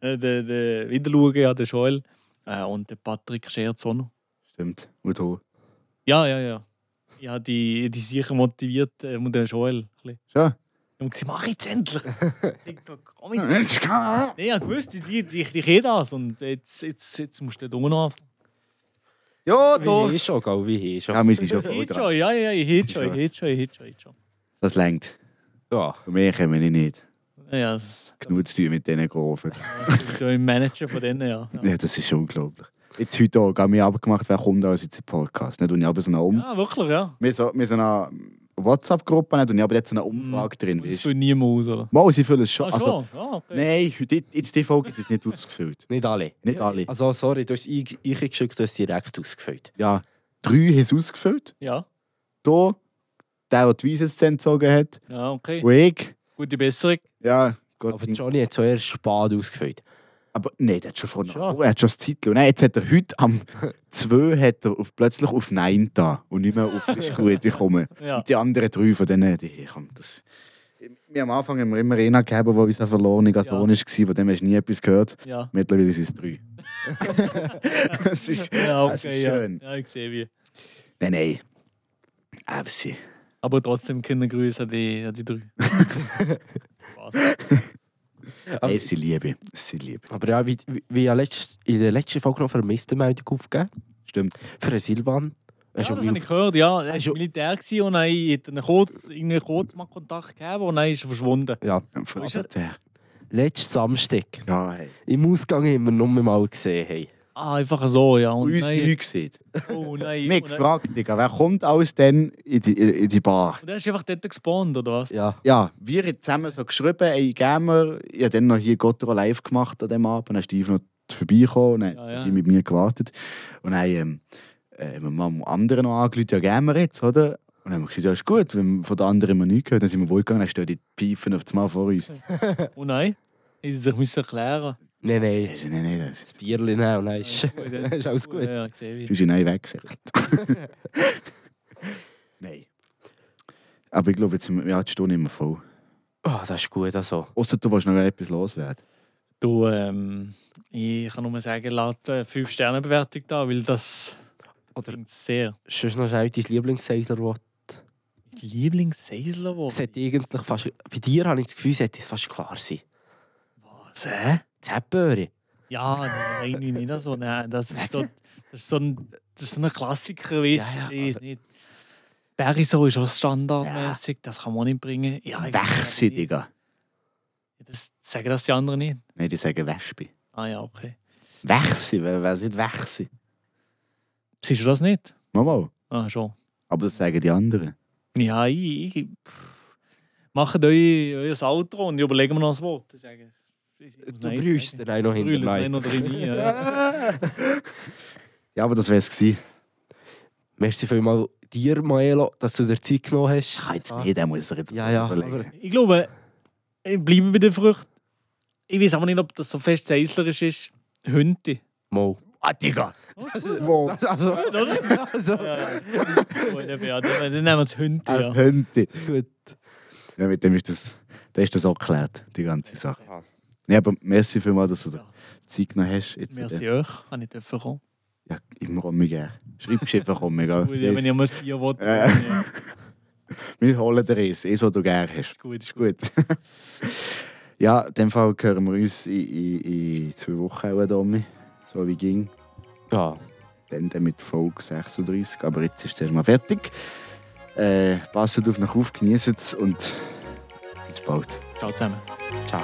Äh, der, der, wieder schauen an der Joel. Äh, und der Patrick scherzt auch noch. Stimmt. Und du. Ja, ja, ja. Ich habe die, die sicher motiviert äh, und den Joel. Ich Schon? habe gesagt, mach jetzt endlich! TikTok, komm mit! Jetzt kann- Nein, ich habe gewusst, ich, ich, ich, ich hätte das und jetzt, jetzt, jetzt musst du da noch anfangen. Ja, Wie doch. hier schon, gell? wie hier schon. Ja, wir sind schon Ich voll hätte dran. schon, ja, ja, ich hätte schon, ich hätte schon, ich hätte schon, ich hätte schon. Das längt. Ja. Von mir kommen wir nicht. Ja, das Genug zu tun mit diesen Grofen. ist der Manager von denen, ja. Ja, Ja, das ist unglaublich. Jetzt heute auch, haben wir abgemacht, wer kommt als jetzt im Podcast. Nicht? Und ich habe so eine, um ja wirklich, ja. wir so, wir so eine WhatsApp-Gruppe nicht? und ich habe jetzt so eine Umfrage drin. Und Das Weißt. du. füllt niemand aus, oder? Mal, sie füllen es schon. Ah, also, schon? Ah, okay. nein, heute, jetzt die Folge ist es nicht ausgefüllt. Nicht alle. Nicht alle. Also, Ah, sorry, dus du hast ich, ich geschickt, du hast direkt ausgefüllt. Ja, drei haben es ausgefüllt. Ja, Da, der, der die Weisheit gezogen hat. ja, okay. Und ich. Gute Besserung. Ja, Gott. Aber Johnny hat zuerst spät ausgefüllt. Aber nein, der hat schon vorne. Oh, Schon? Er hat schon das Titel. Nein, jetzt hat er heute am 2 hat er auf, plötzlich auf Nein da und nicht mehr auf ist gut, ich komme. Ja, Und die anderen drei von denen, die hier kommen. Das, wir am Anfang haben wir immer einen gegeben, der unser verlorener Sohn war, von dem hast du nie etwas gehört. ja. Mittlerweile sind es drei. das ist, Ja, das okay, ist ja. schön. Ja, ich sehe wie. Nein, nein. Aber sie. Aber trotzdem Kindergrüße an die, an die drei. Spaß. Nein, sie liebe. Sie liebe. Aber ja, wie, wie- wie ja letzt- in der letzten Folge noch Vermisstenmeldung aufgegeben. Stimmt. Für den Silvan. Ja, Hast du das wie habe ich gehört, ja. Er Hast war du- Militär gewesen und dann hat er kurz, irgendwie kurz mal Kontakt gegeben und dann ist er verschwunden. auf- ja. Von Ist er- der- Letzten Samstag. Ja, hey. Im Ausgang haben wir noch mal gesehen. Hey. Ah, einfach so, ja. Und Und uns nein, nie gesehen. oh nein. Mich und dann- gefragt, Digga, wer kommt alles denn in die, in die Bar? Und er ist einfach dort gespawnt, oder was? Ja. Ja, wir haben zusammen so geschrieben, ey, gehen wir. Ich habe dann noch hier Gottro live gemacht an dem Abend. Dann ist Steve noch vorbeigekommen und dann Ja, ja. hat er mit mir gewartet. Und dann ähm, äh, haben wir mal am anderen noch angerufen, ja, gehen wir jetzt, oder? Und dann haben wir gesagt, ja, ist gut, wenn wir von den anderen mal nichts gehört, dann sind wir wohlgegangen, dann stehen die Pfeifen auf das Mal vor uns. Oh nein. Haben sie sich müssen erklären Nein, nein. Ich so, nein, nein, das ist- Das Bierchen nehmen und dann ist, Ja, gut, dann- ist alles gut. Ja, ich sehe wie. die sind neu weggesagt. nein. Aber ich glaube, jetzt sind wir, ja, die Stunde immer voll. Oh, das ist gut. Also. Außer du willst noch etwas loswerden. Du, ähm, ich kann nur sagen, laut äh, 5-Sterne-Bewertung da, weil das Oder bringt sehr. sonst noch schnell dein Lieblingsseisler. wo- Mein Lieblings-Seisler, wo. Es hat eigentlich fast, bei dir habe ich das Gefühl, es hätte es fast klar sein. Zäh? Zäpöre. Ja, nein, irgendwie nicht so. Nein, das ist so, das ist so, ein, das ist so ein Klassiker, weißt du? Ja, ja, ich weiß nicht. Beriso ist auch standardmäßig, das kann man auch nicht bringen. Ja, ich weiß Wechsel, nicht. Digga. Das sagen das die anderen nicht. Nein, die sagen Wespe. Ah ja, okay. Wechsel, wer wer sagt Wechsel? Siehst du das nicht? Mama, Ah, schon. aber das sagen die anderen. Ja, ich. ich pff. Macht euer, euer Outro und überlegen wir noch ein Wort. Ich sage, ich muss Du Nein brüllst sagen. dir einen noch hinter Brüllst Nein. Nein oder Nein. Ja. Ja, aber das wäre es gewesen. Merci vielmal dir, Maelo, dass du dir Zeit genommen hast. Ah, jetzt nicht, der muss er jetzt Ja, ja, überlegen. aber- Ich glaube, ich bleibe bei der Frucht. Ich weiß aber nicht, ob das so fest seislerisch ist. Hunde. Mal. Ah, Digga! Also, also, also, Ja, ja. Gut, eben, ja, Dann dann nehmen wir das Hund. Ein Ja. Hunde. gut. Ja, mit dem ist das, da ist das auch geklärt, die ganze Sache. Ja. Ja, aber merci vielmals, dass du dir Ja. Zeit genommen hast. Jetzt, äh, Merci euch, kann ich dürfen kommen. Ja, immer auch mega. Schreibst einfach auch mega. Gut, ja, wenn ihr mal ein Bier wollt. Ja. Ja. ja. Wir holen dir eins, eins, was du gerne hast. Gut, ist gut. Gut. ja, in dem Fall hören wir uns in, in, in zwei Wochen auch, Domi. So wie ging. Ja, Dann, dann mit Folge 36. Aber jetzt ist es erstmal fertig. Äh, passt auf nach auf, genießt es und bis bald. Ciao zusammen. ciao.